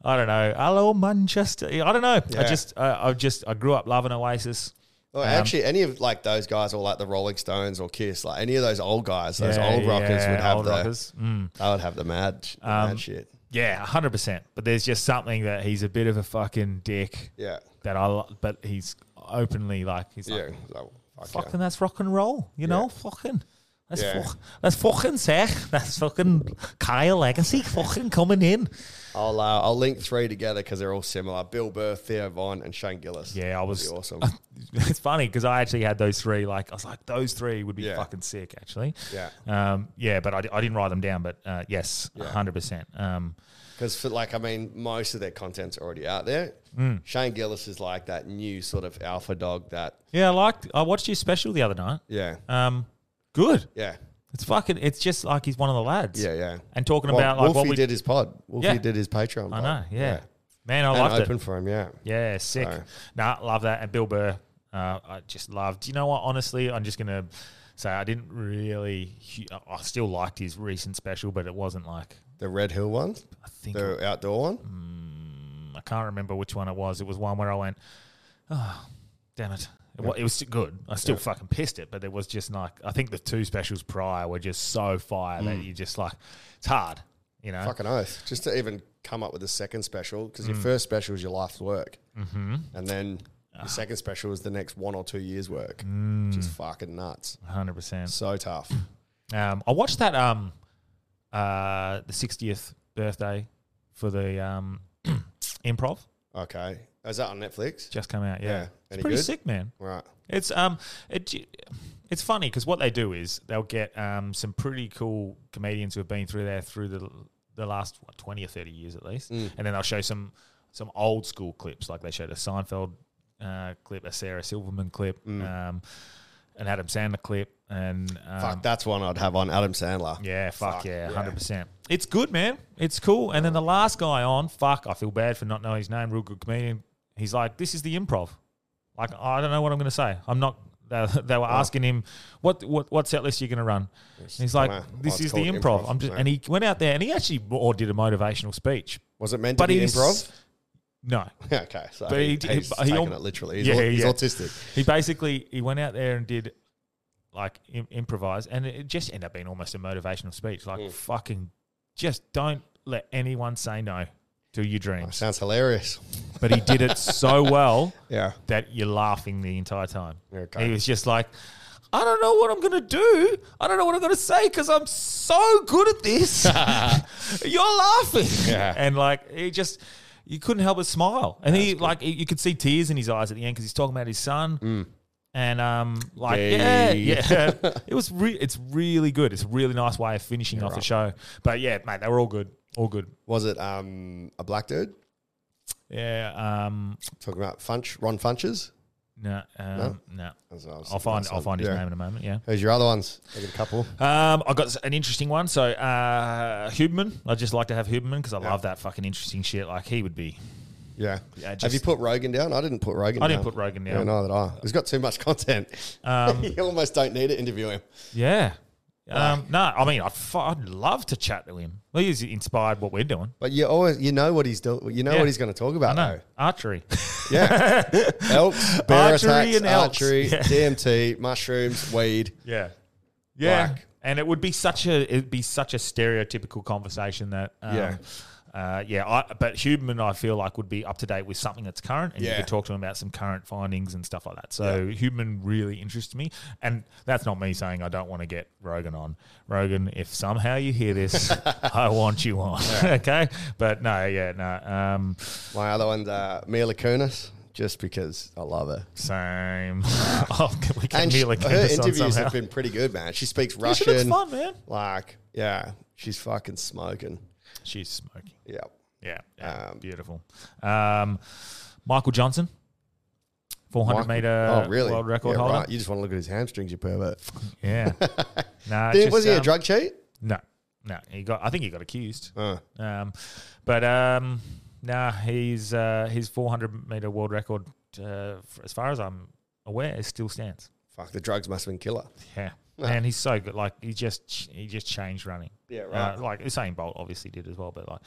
I don't know. Hello, Manchester. I don't know. I Yeah. just, I, I just, I grew up loving Oasis. Well, actually any of like those guys or like the Rolling Stones or Kiss, like any of those old guys, those Yeah, old rockers yeah, would have old the rockers. Um, Mm. they would have the mad, sh- mad shit. Yeah, hundred percent. But there's just something that he's a bit of a fucking dick. Yeah. That I, lo- but he's openly like, he's Yeah. like, so, fuck yeah. fucking that's rock and roll, you know, fucking. That's, Yeah. fuck, that's fucking sick. That's fucking Kyle Legacy fucking coming in. I'll uh, I'll link three together because they're all similar: Bill Burr, Theo Vaughn, and Shane Gillis. Yeah, I That'd was- be awesome. It's funny because I actually had those three. Like I was like, those three would be Yeah. fucking sick, actually. Yeah. um, yeah, but I, di- I didn't write them down. But uh, yes, hundred percent. Um, Because for like, I mean, most of their content's already out there. Mm. Shane Gillis is like that new sort of alpha dog. That yeah, I liked. I watched your special the other night. yeah, Um, good. yeah, It's fucking. It's just like he's one of the lads. yeah, yeah. And talking Well, about like Wolfie what we did his pod. Wolfie Yeah. did his Patreon. I pod. know. Yeah, man, I and loved it. open for him. Yeah, Yeah, sick. So- Nah, love that. And Bill Burr, uh, I just loved. You know what? Honestly, I'm just gonna say I didn't really. hu- I still liked his recent special, but it wasn't like the Red Hill one, I think Mm. the outdoor one. I can't remember which one it was. It was one where I went, oh, damn it. It, wa- it was still good. I still fucking pissed it, but there was just like I think the two specials prior were just so fire that Mm. you just like it's hard, you know. Fucking oath. Just to even come up with a second special because Mm. your first special is your life's work, mm-hmm. and then. Ah. Your second special is the next one or two years' work, Mm. which is fucking nuts. Hundred percent. So tough. Um, I watched that um, uh, the sixtieth birthday for the um, improv Okay. Is that on Netflix? just come out. Yeah, Yeah. it's Any pretty good? sick, man. Right. It's um, it, j- it's funny because what they do is they'll get um some pretty cool comedians who have been through there through the the last what, twenty or thirty years at least, Mm. and then they'll show some some old school clips like they showed a Seinfeld uh, clip, a Sarah Silverman clip, um, an Adam Sandler clip, and um, Mm. Fuck, that's one I'd have on Adam Sandler. Yeah, fuck, Fuck, yeah, yeah. hundred percent. It's good, man. It's cool. And then the last guy on, fuck, I feel bad for not knowing his name. Real good comedian. He's like, this is the improv. Like, I don't know what I'm going to say. I'm not. They, they were asking him, what what what set list you going to run? And he's like, dunno. Oh, this it's is the called improv. improv, I'm just, so- and he went out there and he actually more did a motivational speech, Was it meant to but be he's improv? No, okay. So But he, he- he's but he taking al- it literally. He's, Yeah, au- he's yeah. autistic. he basically he went out there and did like Im- improvise and it just ended up being almost a motivational speech like fucking just don't let anyone say no do your dreams. Sounds hilarious. But he did it so well Yeah. that you're laughing the entire time. Okay. He was just like, I don't know what I'm going to do. I don't know what I'm going to say because I'm so good at this. You're laughing. Yeah. And like, he just. You couldn't help but smile, and he like you you could see tears in his eyes at the end because he's talking about his son, Mm. and um like Yay. yeah yeah, it was re- it's really good. It's a really nice way of finishing off the show. But yeah, mate, they were all good, all good. Was it um, a black dude? Yeah, um, Talking about Funch, Ron Funches? no, um, no. That's what I was thinking I'll find last I'll time. find his Yeah. name in a moment. Yeah. Who's your other ones? I got a couple. Um, I got an interesting one. So uh, Huberman, I just like to have Huberman because I love that fucking interesting shit. Like he would be. Yeah. Yeah, Have you just- put Rogan down? I didn't put Rogan I down. didn't put Rogan Yeah, down. Um, neither did I. He's got too much content. you almost don't need to interview him. Yeah. Um, no, I mean, I'd, fu- I'd love to chat to him. Well, he's inspired what we're doing. But you always you know what he's doing. You know Yeah. what he's going to talk about. No, though. archery. Yeah. elks, bear Archery attacks, and elks. archery, Yeah. DMT, mushrooms, weed. yeah, yeah. Like- and it would be such a it'd be such a stereotypical conversation that um, Yeah. Uh, yeah, I, but Huberman, I feel like would be up to date with something that's current, and you Yeah. could talk to him about some current findings and stuff like that. So Huberman really interests me, and that's not me saying I don't want to get Rogan on. Rogan, if somehow you hear this, I want you on, okay? But no, yeah, no, um, My other one's uh, Mila Kunis, just because I love her. same. oh, can we get And she- Mila her Kunis on interviews somehow? have been pretty good, man. She speaks Yeah, she Russian. looks fun, man. Like, yeah, she's fucking smoking. She's smoking. Yeah. Yeah, yeah, Um, beautiful. Um, Michael Johnson, 400 Michael- meter oh, really? world record yeah, holder. Right. You just want to look at his hamstrings, you pervert. Yeah. nah, it's Did, was just, he a um, drug cheat? No, no. He got. I think he got accused. Uh, Um, but um, nah, he's uh, his 400 meter world record, uh, f- as far as I'm aware, it still stands. fuck, the drugs must have been killer. Yeah. And he's so good. Like he just ch- he just changed running. Yeah, right. Uh, like Usain Bolt obviously did as well, but like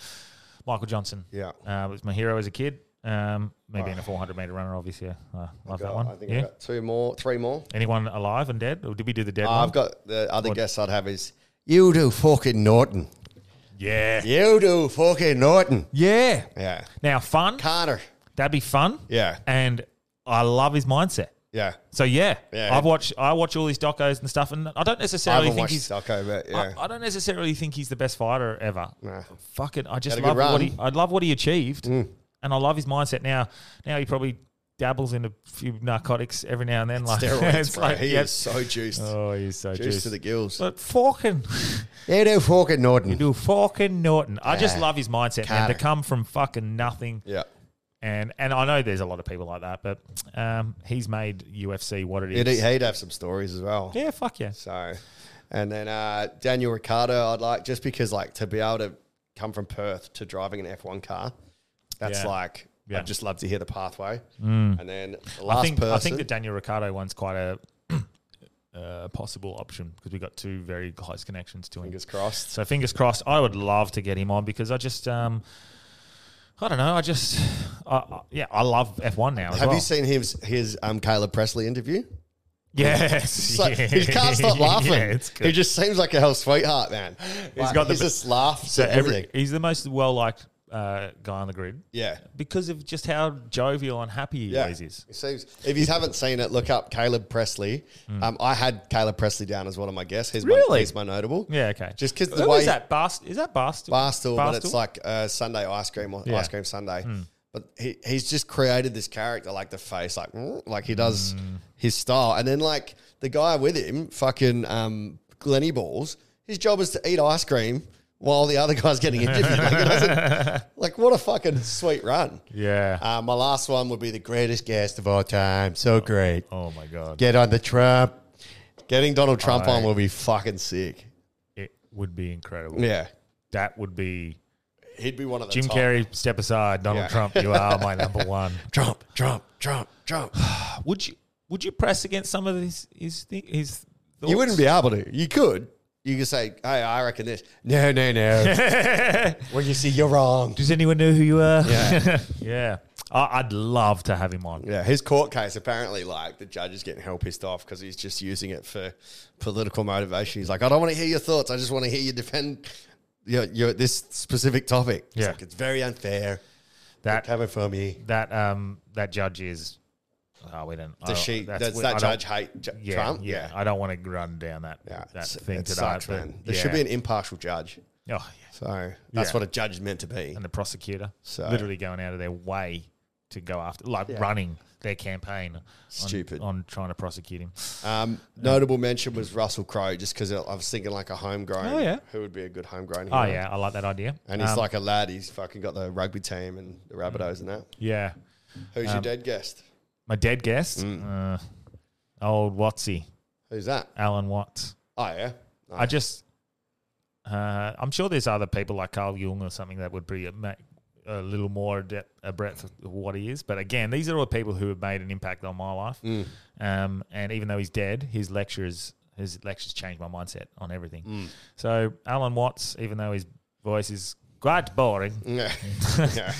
Michael Johnson. Yeah. uh, was my hero as a kid. Um, me being a 400 meter runner, obviously. uh, I love that God, one. I think yeah. I've got two more, three more. Anyone alive and dead? Or did we do the dead Uh, one? I've got the other guess I'd have is you do fucking Norton. yeah. yeah. You do fucking Norton. Yeah. Now, fun. Carter. That'd be fun. Yeah. And I love his mindset. Yeah. So yeah, Yeah. I've watched I watch all these docos and stuff, and I don't I necessarily haven't think watched he's Stucco, but yeah. I, I don't necessarily think he's the best fighter ever. Nah. Fucking, I just Had a love good what run. Mm. he. I love what he achieved, and I love his mindset. Now, now he probably dabbles in a few narcotics every now and then. Like Steroids, it's bro. like, he yep. is so juiced. Oh, he's so juiced juiced. to the gills. But fucking, You do fucking Norton. do fucking Norton. I just Yeah. love his mindset, man. Carter. To come from fucking nothing, Yeah. and and I know there's a lot of people like that, but um, he's made UFC what it is. He'd, he'd have some stories as well. yeah, fuck yeah. So, and then uh, Daniel Ricciardo, I'd like just because like to be able to come from Perth to driving an F1 car, that's Yeah. like Yeah. Mm. I'd just love to hear the pathway. And then the last I think person, I think the Daniel Ricciardo one's quite a uh, possible option because we got two very close connections to him. fingers crossed. So fingers crossed. I would love to get him on because I just um, I don't know. I just I, I, yeah, I love F one now. as have well. you seen his his um, Caleb Presley interview? Yes, So He can't stop laughing. Yeah, it's good. He just seems like a hell sweetheart, man. He's got the he's be- just laughs so at every, everything. he's the most well liked uh, guy on the grid. Yeah. Because of just how jovial and happy he Yeah. always is. It seems, if you haven't seen it, look up Caleb Presley. Um, I had Caleb Presley down as one of my guests. He's my, Hmm. Really? he's my notable. Yeah, okay. Just 'cause the Who way- is that Barst- is that Barstool? Barstool, but it's Barstool? like uh, Sunday ice cream or Yeah. Hmm. ice cream Sunday. But he, he's just created this character, like the face, like "Mm," like he does Hmm. his style, and then like the guy with him, fucking um, Glenny Balls. His job is to eat ice cream while the other guy's getting interviewed. like, it doesn't- like, what a fucking sweet run. yeah. Uh, my last one would be the greatest guest of all time. So great. oh my god. Get on the Trump. Getting Donald Trump on I- will be fucking sick. It would be incredible. Yeah, That would be he'd be one of the Jim top. Carrey, step aside. Donald Yeah. Trump, you are my number one. Trump, Trump, Trump, Trump. Would you would you press against some of his his thi- his thoughts? You wouldn't be able to. You could. You could say, "Hey, I reckon this." No, no, no. when you see you're wrong. Does anyone know who you are? Yeah. yeah. I, I'd love to have him on. Yeah, his court case apparently, like the judge is getting hell pissed off because he's just using it for political motivation. He's like, "I don't want to hear your thoughts. I just want to hear you defend you're, you're at this specific topic. It's Yeah. like, it's very unfair. That Coming from you. that um that judge is. Oh, we don't. The I don't- she, that's, we- I that don't- judge hate J- Yeah, Trump. yeah, I don't want to run down that Yeah, that it's- thing it to sucks, that. but man. There yeah. should be an impartial judge. Oh, yeah. So that's Yeah. what a judge is meant to be. and the prosecutor So- literally going out of their way to go after, like running their campaign. on- Stupid. on, trying to prosecute him. Um, notable mention was Russell Crowe, just because I I was thinking like a homegrown. Oh, yeah. Who would be a good homegrown? Hero? Oh yeah, I like that idea. And he's Um, like a lad. He's fucking got the rugby team and the Rabbitohs and that. yeah, Who's um, your dead guest? my dead guest, Mm. uh, old Watsy, Who's that? Alan Watts. Oh yeah. I just, uh, I'm sure there's other people like Carl Jung or something that would be a, ma- a little more adept, a breadth of what he is. But again, these are all people who have made an impact on my life. Mm. Um, and even though he's dead, his lectures his lectures changed my mindset on everything. Mm. So Alan Watts, even though his voice is quite boring, Yeah. yeah.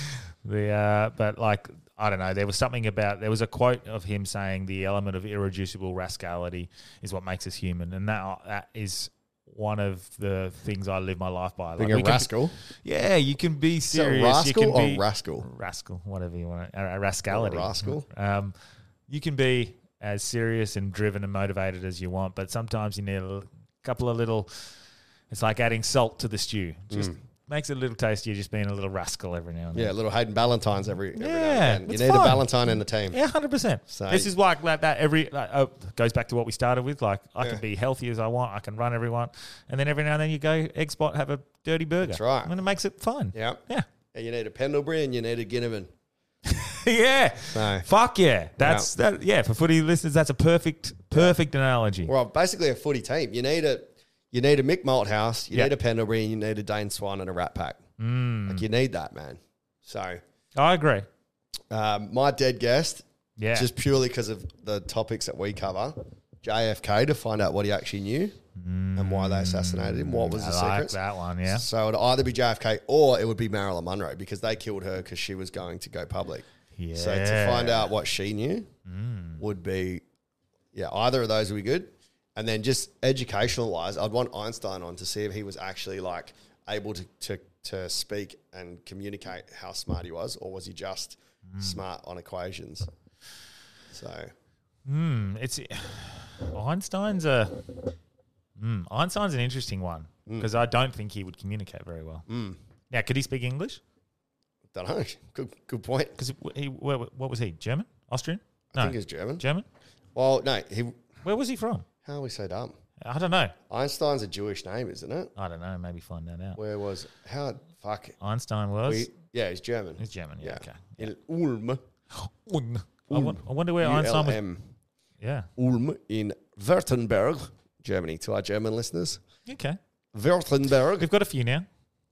the uh, but like I don't know, there was something about there was a quote of him saying the element of irreducible rascality is what makes us human, and that that is one of the things I live my life by. Like Being we a can be- rascal. yeah, you can be Is that serious. you rascal can or be, rascal? rascal, whatever you want, to, a, a rascality, Or a rascal. Um, you can be as serious and driven and motivated as you want, but sometimes you need a l- couple of little. It's like adding salt to the stew. Just Mm. makes it a little tastier. Just being a little rascal every now and then. Yeah, little Hayden Valentines every, every now Yeah, and again. You it's need a fun. Valentine in the team. Yeah, hundred percent. So- This is like like that. Every like, oh, goes back to what we started with. Like I can be healthy as I want. I can run every one, and then every now and then you go egg spot, have a dirty burger. That's right. and it makes it fun. Yeah. yeah, And you need a Pendlebury and you need a Ginnivan. yeah. No. Fuck yeah. That's that. Yeah, for footy listeners, that's a perfect perfect analogy. Well, basically a footy team. You need a you need a Mick Malthouse, you Yeah. Mm. need a Pendlebury, and you need a Dane Swan and a Rat Pack. Like you need that, man. So I agree. um, my dead guest, Yeah, just purely because of the topics that we cover, JFK to find out what he actually knew and why they assassinated him. What was Mm. I the like secret? that one. Yeah, So it'd either be JFK or it would be Marilyn Monroe because they killed her because she was going to go public. So to Yeah. find out what she knew would be, yeah, either of those would be good. And then just educational wise, I'd want Einstein on to see if he was actually like able to to, to speak and communicate how smart he was, or was he just smart on equations? So Mm, it's Einstein's a. Mm, Einstein's an interesting one Mm. because I don't think he would communicate very well. Now, could he speak English? don't know. Good good point. Because he, where, what was he? German? Austrian? No, I think he's German. German. Well, no, he. Where was he from? How are we so dumb? I don't know. Einstein's a Jewish name, isn't it? I don't know. Maybe find that out. Where was how fuck? Einstein was. We, yeah, he's German. he's German. Yeah. Okay. In Ulm, Ulm. I, won- I wonder where Einstein was. ULM, Yeah. Ulm in Württemberg, Germany. To our German listeners, Okay. Württemberg. We've got a few now.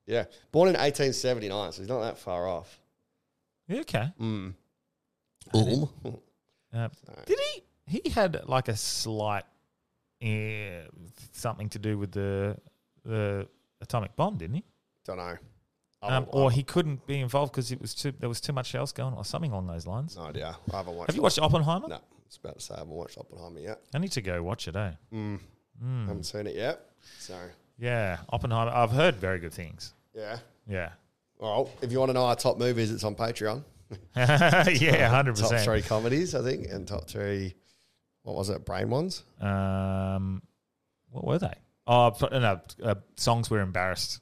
Yeah, born in 1879, so he's not that far off. Mm. Yeah, Okay. Ulm. Uh, Did he? He had like a slight eh, something to do with the the atomic bomb, didn't he? Don't know. Oh, Um, or he couldn't be involved because it was too there was too much else going on, or something along those lines. No idea. I haven't watched. Have you watched Oppenheimer? No, I was about to say I haven't watched Oppenheimer yet. I need to go watch it. Eh? Hmm. Haven't seen it yet. So Yeah, Oppenheimer. I've heard very good things. yeah. Yeah. Well, if you want to know our top movies, it's on Patreon. yeah, hundred Top three percent. comedies, I think, and top three. What was it? Brain ones. Um, what were they? Oh, p- no, uh, songs we're embarrassed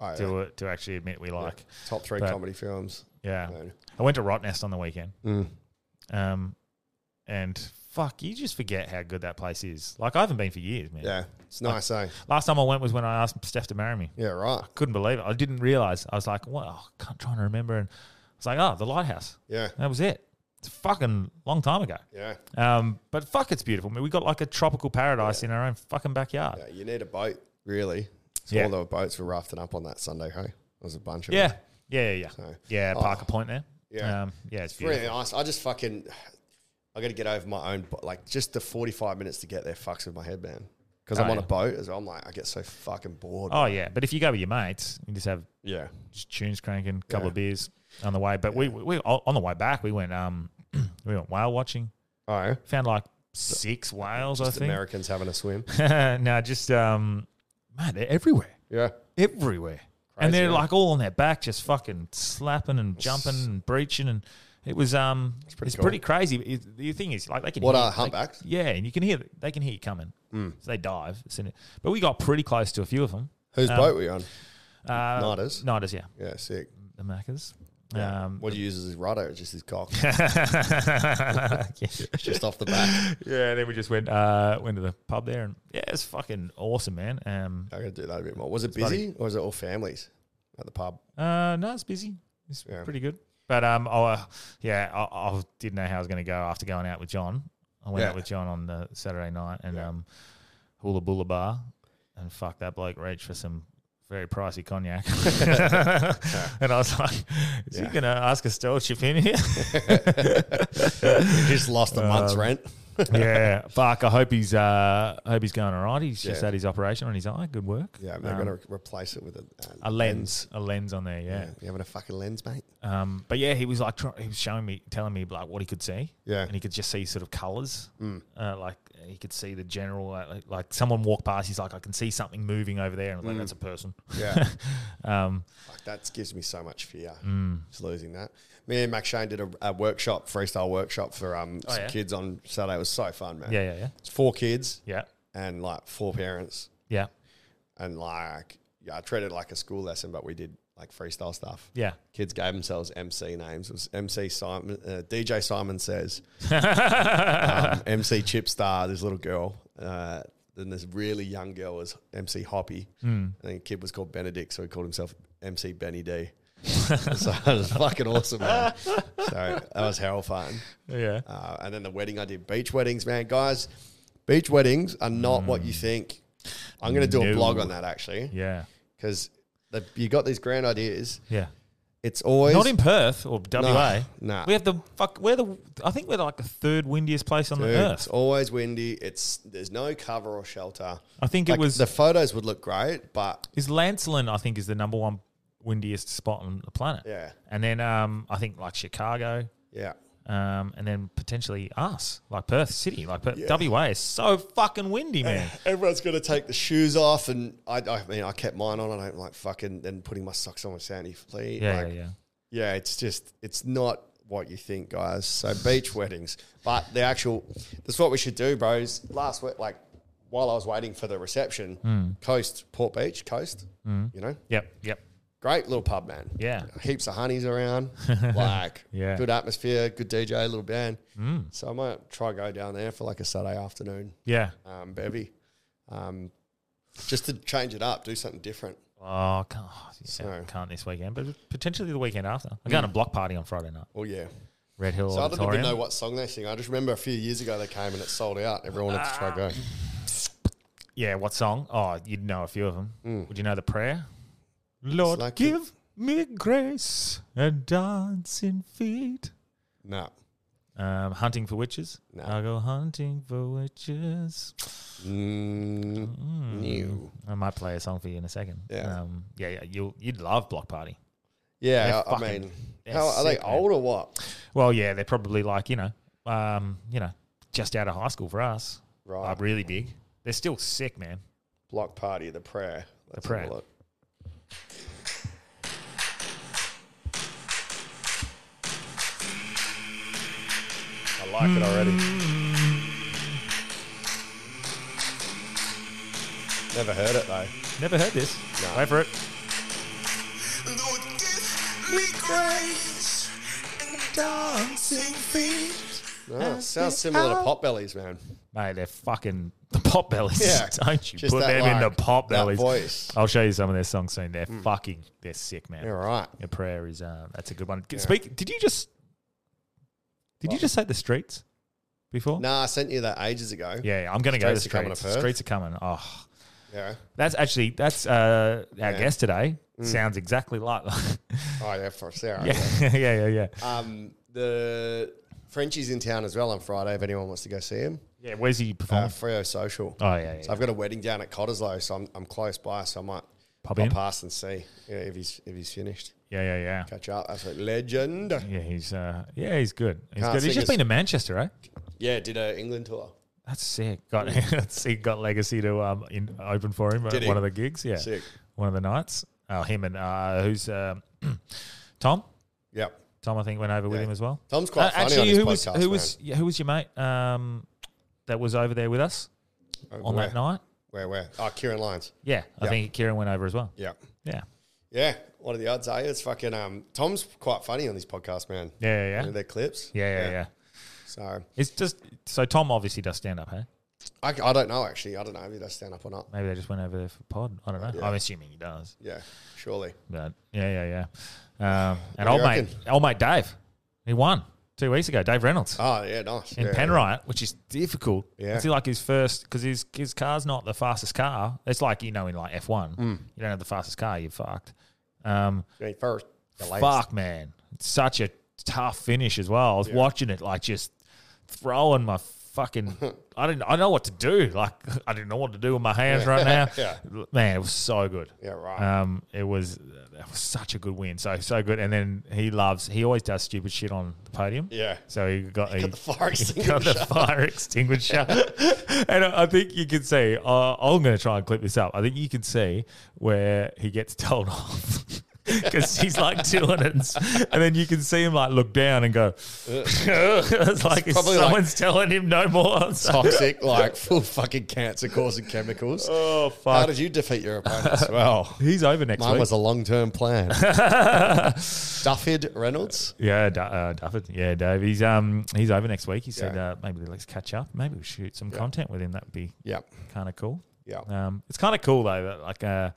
Oh, yeah. to to actually admit we like. Top three But- comedy films. Yeah. Mm. No. I went to Rottnest on the weekend. Um, and fuck, you just forget how good that place is. Like I haven't been for years, man. Yeah, it's nice, eh? Last time I went was when I asked Steph to marry me. Yeah, right. Couldn't believe it. I didn't realize. I was like, what? Oh, I'm trying to remember. And I was like, oh, the lighthouse. Yeah, That was it. It's a fucking long time ago. yeah. Um, but fuck, it's beautiful. I mean, we got like a tropical paradise in our own fucking backyard. Yeah, you need a boat, really. So Yeah. all the boats were rafting up on that Sunday, hey? There was a bunch of Yeah. them. Yeah, yeah, yeah. yeah, Parker Point there. oh. Yeah. Um, yeah, it's It's beautiful. really nice. I just fucking, I got to get over my own, bo- like, just the 45 minutes to get there fucks with my head, man. Because I'm Oh, on yeah. a boat as well. I'm like, I get so fucking bored. Oh, yeah. But if you go with your mates, you just have Yeah. just tunes cranking, a couple Yeah. of beers on the way. But we, we on the way back, we went um we went whale watching. All right. Found like six whales, I Just Oh, think. Americans having a swim. no, just um man, they're everywhere. Yeah. everywhere. eh? and they're Crazy, yeah. like all on their back, just fucking slapping and jumping and breaching, and it was um, it's pretty, pretty cool. crazy. It- the thing is, like they can What hear, are they- humpbacks? Mm. yeah, and you can hear they can hear you coming, so they dive. It's in it. But we got pretty close to a few of them. Whose Um, boat were you on? Uh, Niders? Niders, yeah, Yeah, sick. the Maccas. Yeah. Um, what do you use as his rudder? It's just his cock. yeah. just off the back. yeah, and then we just went uh, went to the pub there, and yeah, it's fucking awesome, man. Um, I gotta do that a bit more. Was it busy or was it all families at the pub? Uh, no, it's busy. It's Yeah. pretty good. But um, I, uh, yeah, I, I didn't know how I was going to go after going out with John. I went out Yeah. with John on the Saturday night and Yeah. um, Hula Bula Bar, and fuck that bloke reached for some very pricey cognac, and I was like, "Is he Yeah. going to ask us to all chip in here?" Just lost a Um, month's rent. yeah, fuck. I hope he's uh, I hope he's going all right. He's just Yeah. had his operation on his eye. Good work. Yeah, they're Um, gonna re- replace it with a, a lens, a lens on there. Yeah. yeah. you having a fucking lens, mate? Um, but yeah, he was like try, he was showing me, telling me like what he could see. Yeah. Mm. and he could just see sort of colors. Uh, like he could see the general. uh, Like, like someone walked past, he's like, I can see something moving over there, and Mm. I'm like that's a person. Yeah. Um, mm. Fuck, that gives me so much fear. Just losing that. Me and Mac Shane did a, a workshop, freestyle workshop for um some Oh, yeah? kids on Saturday. It was so fun, man. yeah, yeah, yeah, It's four kids yeah, and like four parents. yeah, And like yeah, I treated it like a school lesson, but we did like freestyle stuff. yeah. Kids gave themselves MC names. It was MC Simon, uh, DJ Simon says, um, MC Chipstar, this little girl. Uh, then this really young girl was MC Hoppy. Hmm. And then a kid was called Benedict, so he called himself MC Benny D. so it was fucking awesome, man. So that was hell fun. Yeah. Uh, and then the wedding I did, beach weddings, man. Guys, beach weddings are not what you think. I'm going to do Hmm. No. a blog on that actually, Yeah, because you got these grand ideas. yeah. It's always Not in Perth or WA. nah. we have the fuck. We're the. I think we're like the third windiest place on Dude, the It's earth. always windy. It's there's no cover or shelter. I think Like, it was the photos would look great, but is Lancelin, I think, is the number one windiest spot on the planet. Yeah. And then um, I think like Chicago, yeah, um, and then potentially us, like Perth City, like Perth, Yeah. Eh, WA is so fucking windy, man. everyone's gonna take the shoes off, and I, I mean I kept mine on. I don't like fucking then putting my socks on with sandy fleet. Yeah, like, yeah, yeah. yeah, it's just it's not what you think, guys. So beach weddings, but the actual that's what we should do, bros. Last week, like while I was waiting for the reception, Hmm. coast Port Beach, coast, you know, Yep, yep. great little pub, man. Yeah. Heaps of honeys around. like, Yeah. Mm. good atmosphere, good DJ, little band. So I might try go down there for like a Saturday afternoon Yeah. um, bevy. Um, just to change it up, do something different. Oh, I can't, oh, yeah, So- can't this weekend, but potentially the weekend after. I'm going to block party on Friday night, Oh, yeah. Red Hill So I don't even Auditorium. know what song they sing. I just remember a few years ago they came and it sold out. Everyone wanted to try go. Ah. yeah, what song? Oh, you'd know a few of them. Would you know the prayer? Lord, Mm. like give me grace and dancing feet. No, Um, hunting for witches. No. I'll go hunting for witches. mm, new. I might play a song for you in a second. Yeah. um, yeah, yeah. You you'd love Block Party. Yeah, They're I, I fucking- mean, they're how are they sick, man. old or what? Well, yeah, they're probably like you know, um, you know, just out of high school for us. Right. Like really big. They're still sick, man. Block party, the prayer. Let's have a Prayer. look. I like it already. Never heard it though. Never heard this. No. Wait for it. Lord, give me grace and dancing feet. No, it Oh, sounds similar to Pop Bellies, man. Mate, they're fucking the pop bellies. Yeah. Don't you Just put that, them in the like, pop that bellies. voice. Hmm. I'll show you some of their songs soon. They're fucking they're sick, man. All right. Your prayer is uh, that's a good one. Speak. Did you just did you just say the streets before? Nah, I sent you that ages ago. Yeah, yeah, I'm gonna go. to The Streets are coming streets. to Perth. streets are coming. Oh, Yeah. that's actually that's uh, our Yeah. guest today. Sounds exactly like. Oh yeah, for Sarah. yeah, yeah, yeah, yeah. Um, the Frenchie's in town as well on Friday. If anyone wants to go see him, yeah, where's he uh, performing? Frio Social. oh yeah, yeah. So I've got a wedding down at Cottesloe, so I'm, I'm close by, so I might Pop pop in? past and see yeah, if he's if he's finished. yeah, yeah, yeah. Catch up. That's a legend. Yeah, he's uh, yeah, he's good. He's Can't good. He's sing just his- been to Manchester, eh? right? Yeah, did a England tour. That's sick. Got that's sick. Got legacy to um in, open for him at Did he? one of the gigs. Yeah, Sick. one of the nights. Oh, him and uh, who's um Tom? Yep. Tom, I think, went over with Yeah. him as well. Tom's quite Uh, funny actually, on his who was podcast. who was yeah, who was your mate um, that was over there with us man. on where, that night? Where, where? Oh, Kieran Lyons. Yeah, I Yeah. think Kieran went over as well. Yeah. Yeah, Yeah. What are the odds, eh? It's fucking, um, Tom's quite funny on this podcast, man. yeah, yeah, You know, yeah, their clips. yeah, yeah. yeah. So It's just so Tom obviously does stand up, hey? I, I don't know, actually. I don't know if he does stand up or not. Maybe they just went over there for pod. I don't know. Yeah. I'm assuming he does. Yeah, surely. But yeah, yeah, yeah. Um, and do old you mate, old mate Dave, he won two weeks ago. Dave Reynolds Oh, yeah, nice. in yeah, Penrite, which is difficult. Yeah. it's like his first because his his car's not the fastest car. It's like you know in like F one, Mm. you don't have the fastest car, you're fucked. Um, Yeah, first. The latest. Fuck, man. It's such a tough finish as well. I was watching it, like, just throwing my fucking. I didn't. I know what to do. Like, I didn't know what to do with my hands right now. Man, it was so good. Yeah, right. Um, it was that was such a good win. So so good. And then he loves. He always does stupid shit on the podium. Yeah. So he got, he got the fire he got the fire extinguisher. and I I think you can see. Uh, I'm going to try and clip this up. I think you can see where he gets told off. Because he's like doing it, and s- and then you can see him like look down and go, "It's like probably like- someone's telling him no more." So, Toxic, like full fucking cancer causing chemicals. How oh fuck! did you defeat your opponents? Well, He's over next mine week. was a long term plan. Duffid Reynolds. Yeah, Da- uh, Dufford. Yeah, Dave. He's um he's over next week. He said Yeah. uh, maybe let's catch up. Maybe we shoot some content with him. That'd be Yep. kind of cool. Yep. Um, it's kind of cool though that like uh,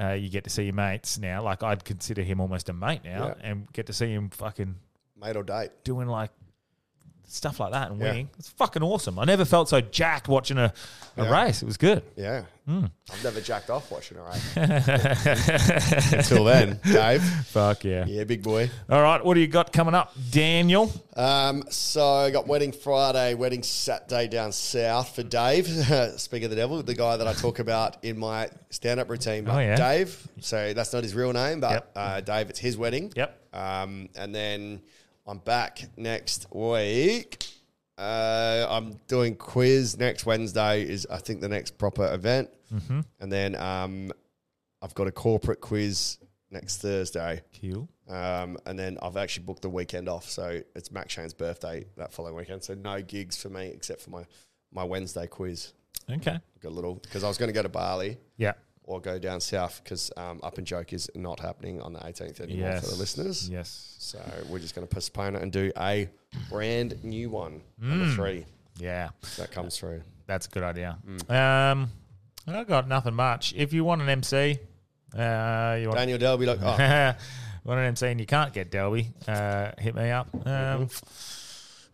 uh, you get to see your mates now. Like I'd consider him almost a mate now, Yeah. and get to see him fucking Mate or date. doing like stuff like that and Yeah. winning. It's fucking awesome. I never felt so jacked watching a, a Yeah. race. It was good. Yeah. Hmm. I've never jacked off watching her. Right? Until then, Dave. Fuck yeah. Yeah, big boy. All right, what do you got coming up, Daniel? Um, so I got wedding Friday, wedding Saturday down south for Dave. Speak of the devil, the guy that I talk about in my stand-up routine. But Oh, yeah. Dave. So that's not his real name, but Yep. uh, Dave. It's his wedding. Yep. Um, and then I'm back next week. Uh, I'm doing quiz next Wednesday. Is I think the next proper event, mm-hmm. and then um, I've got a corporate quiz next Thursday. Cool. Um, and then I've actually booked the weekend off, so it's Mac Shane's birthday that following weekend. So no gigs for me except for my my Wednesday quiz. Okay. Got a little because I was going to go to Bali Yeah. or go down south because um, Up and Joke is not happening on the 18th anymore Yes. for the listeners. Yes. So we're just going to postpone it and do a brand new one, Mm. number three Yeah. that comes through. That's a good idea. Mm. Um, I got nothing much. If you want an MC, uh, you want Daniel Delby, like, oh, want an MC and you can't get Delby, uh, hit me up. Um,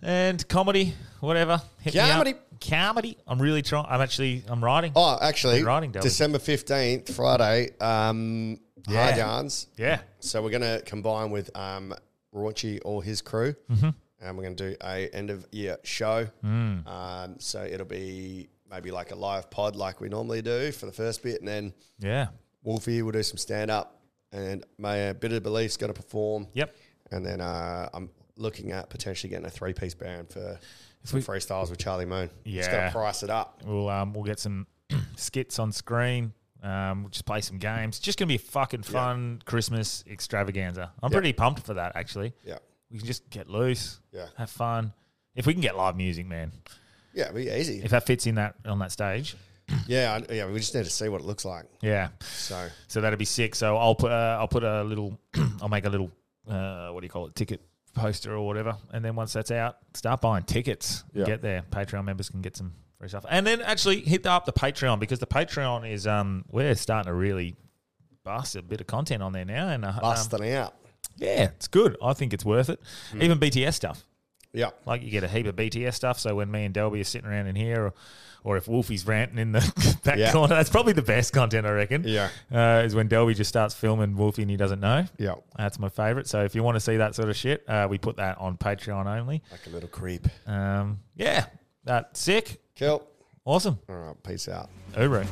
and comedy, whatever. Hit me up. Comedy. comedy. I'm really trying. I'm actually. I'm writing. oh, actually, Good writing, Delby. December 15th, Friday, um, Yeah. Hard Yarns. Yeah. So we're going to combine with um, Raunchy or his crew, Mm-hmm. and we're going to do a end of year show. Mm. Um, so it'll be maybe like a live pod, like we normally do for the first bit, and then Yeah. Wolfie will do some stand up, and my uh, bit of belief's going to perform. Yep. And then uh, I'm looking at potentially getting a three piece band for. Some we- freestyles with Charlie Moon. Just Yeah. gotta price it up. We'll um, we'll get some skits on screen. Um, we'll just play some games. Just gonna be a fucking fun Christmas extravaganza. I'm pretty pumped for that actually. Yeah. We can just get loose. Yeah. Have fun. If we can get live music, man. Yeah, it'll be easy. If that fits in that on that stage. Yeah, I, yeah, we just need to see what it looks like. Yeah. So So that'll be sick. So I'll put uh, I'll put a little I'll make a little uh, what do you call it ticket poster or whatever, and then once that's out, start buying tickets. Yeah. Get there. Patreon members can get some free stuff, and then actually hit up the Patreon because the Patreon is um we're starting to really bust a bit of content on there now, and uh, um, busting out. yeah, it's good. I think it's worth it. Even BTS stuff. Yeah. Like you get a heap of BTS stuff. So when me and Delby are sitting around in here, or, or if Wolfie's ranting in the back Yeah. corner, that's probably the best content I reckon. Yeah. uh, is when Delby just starts filming Wolfie and he doesn't know. Yeah. That's my favorite. So if you want to see that sort of shit, uh, we put that on Patreon only. Like a little creep. Uh, Um, yeah, that's sick, Cool. awesome, All right. Peace out. Uber.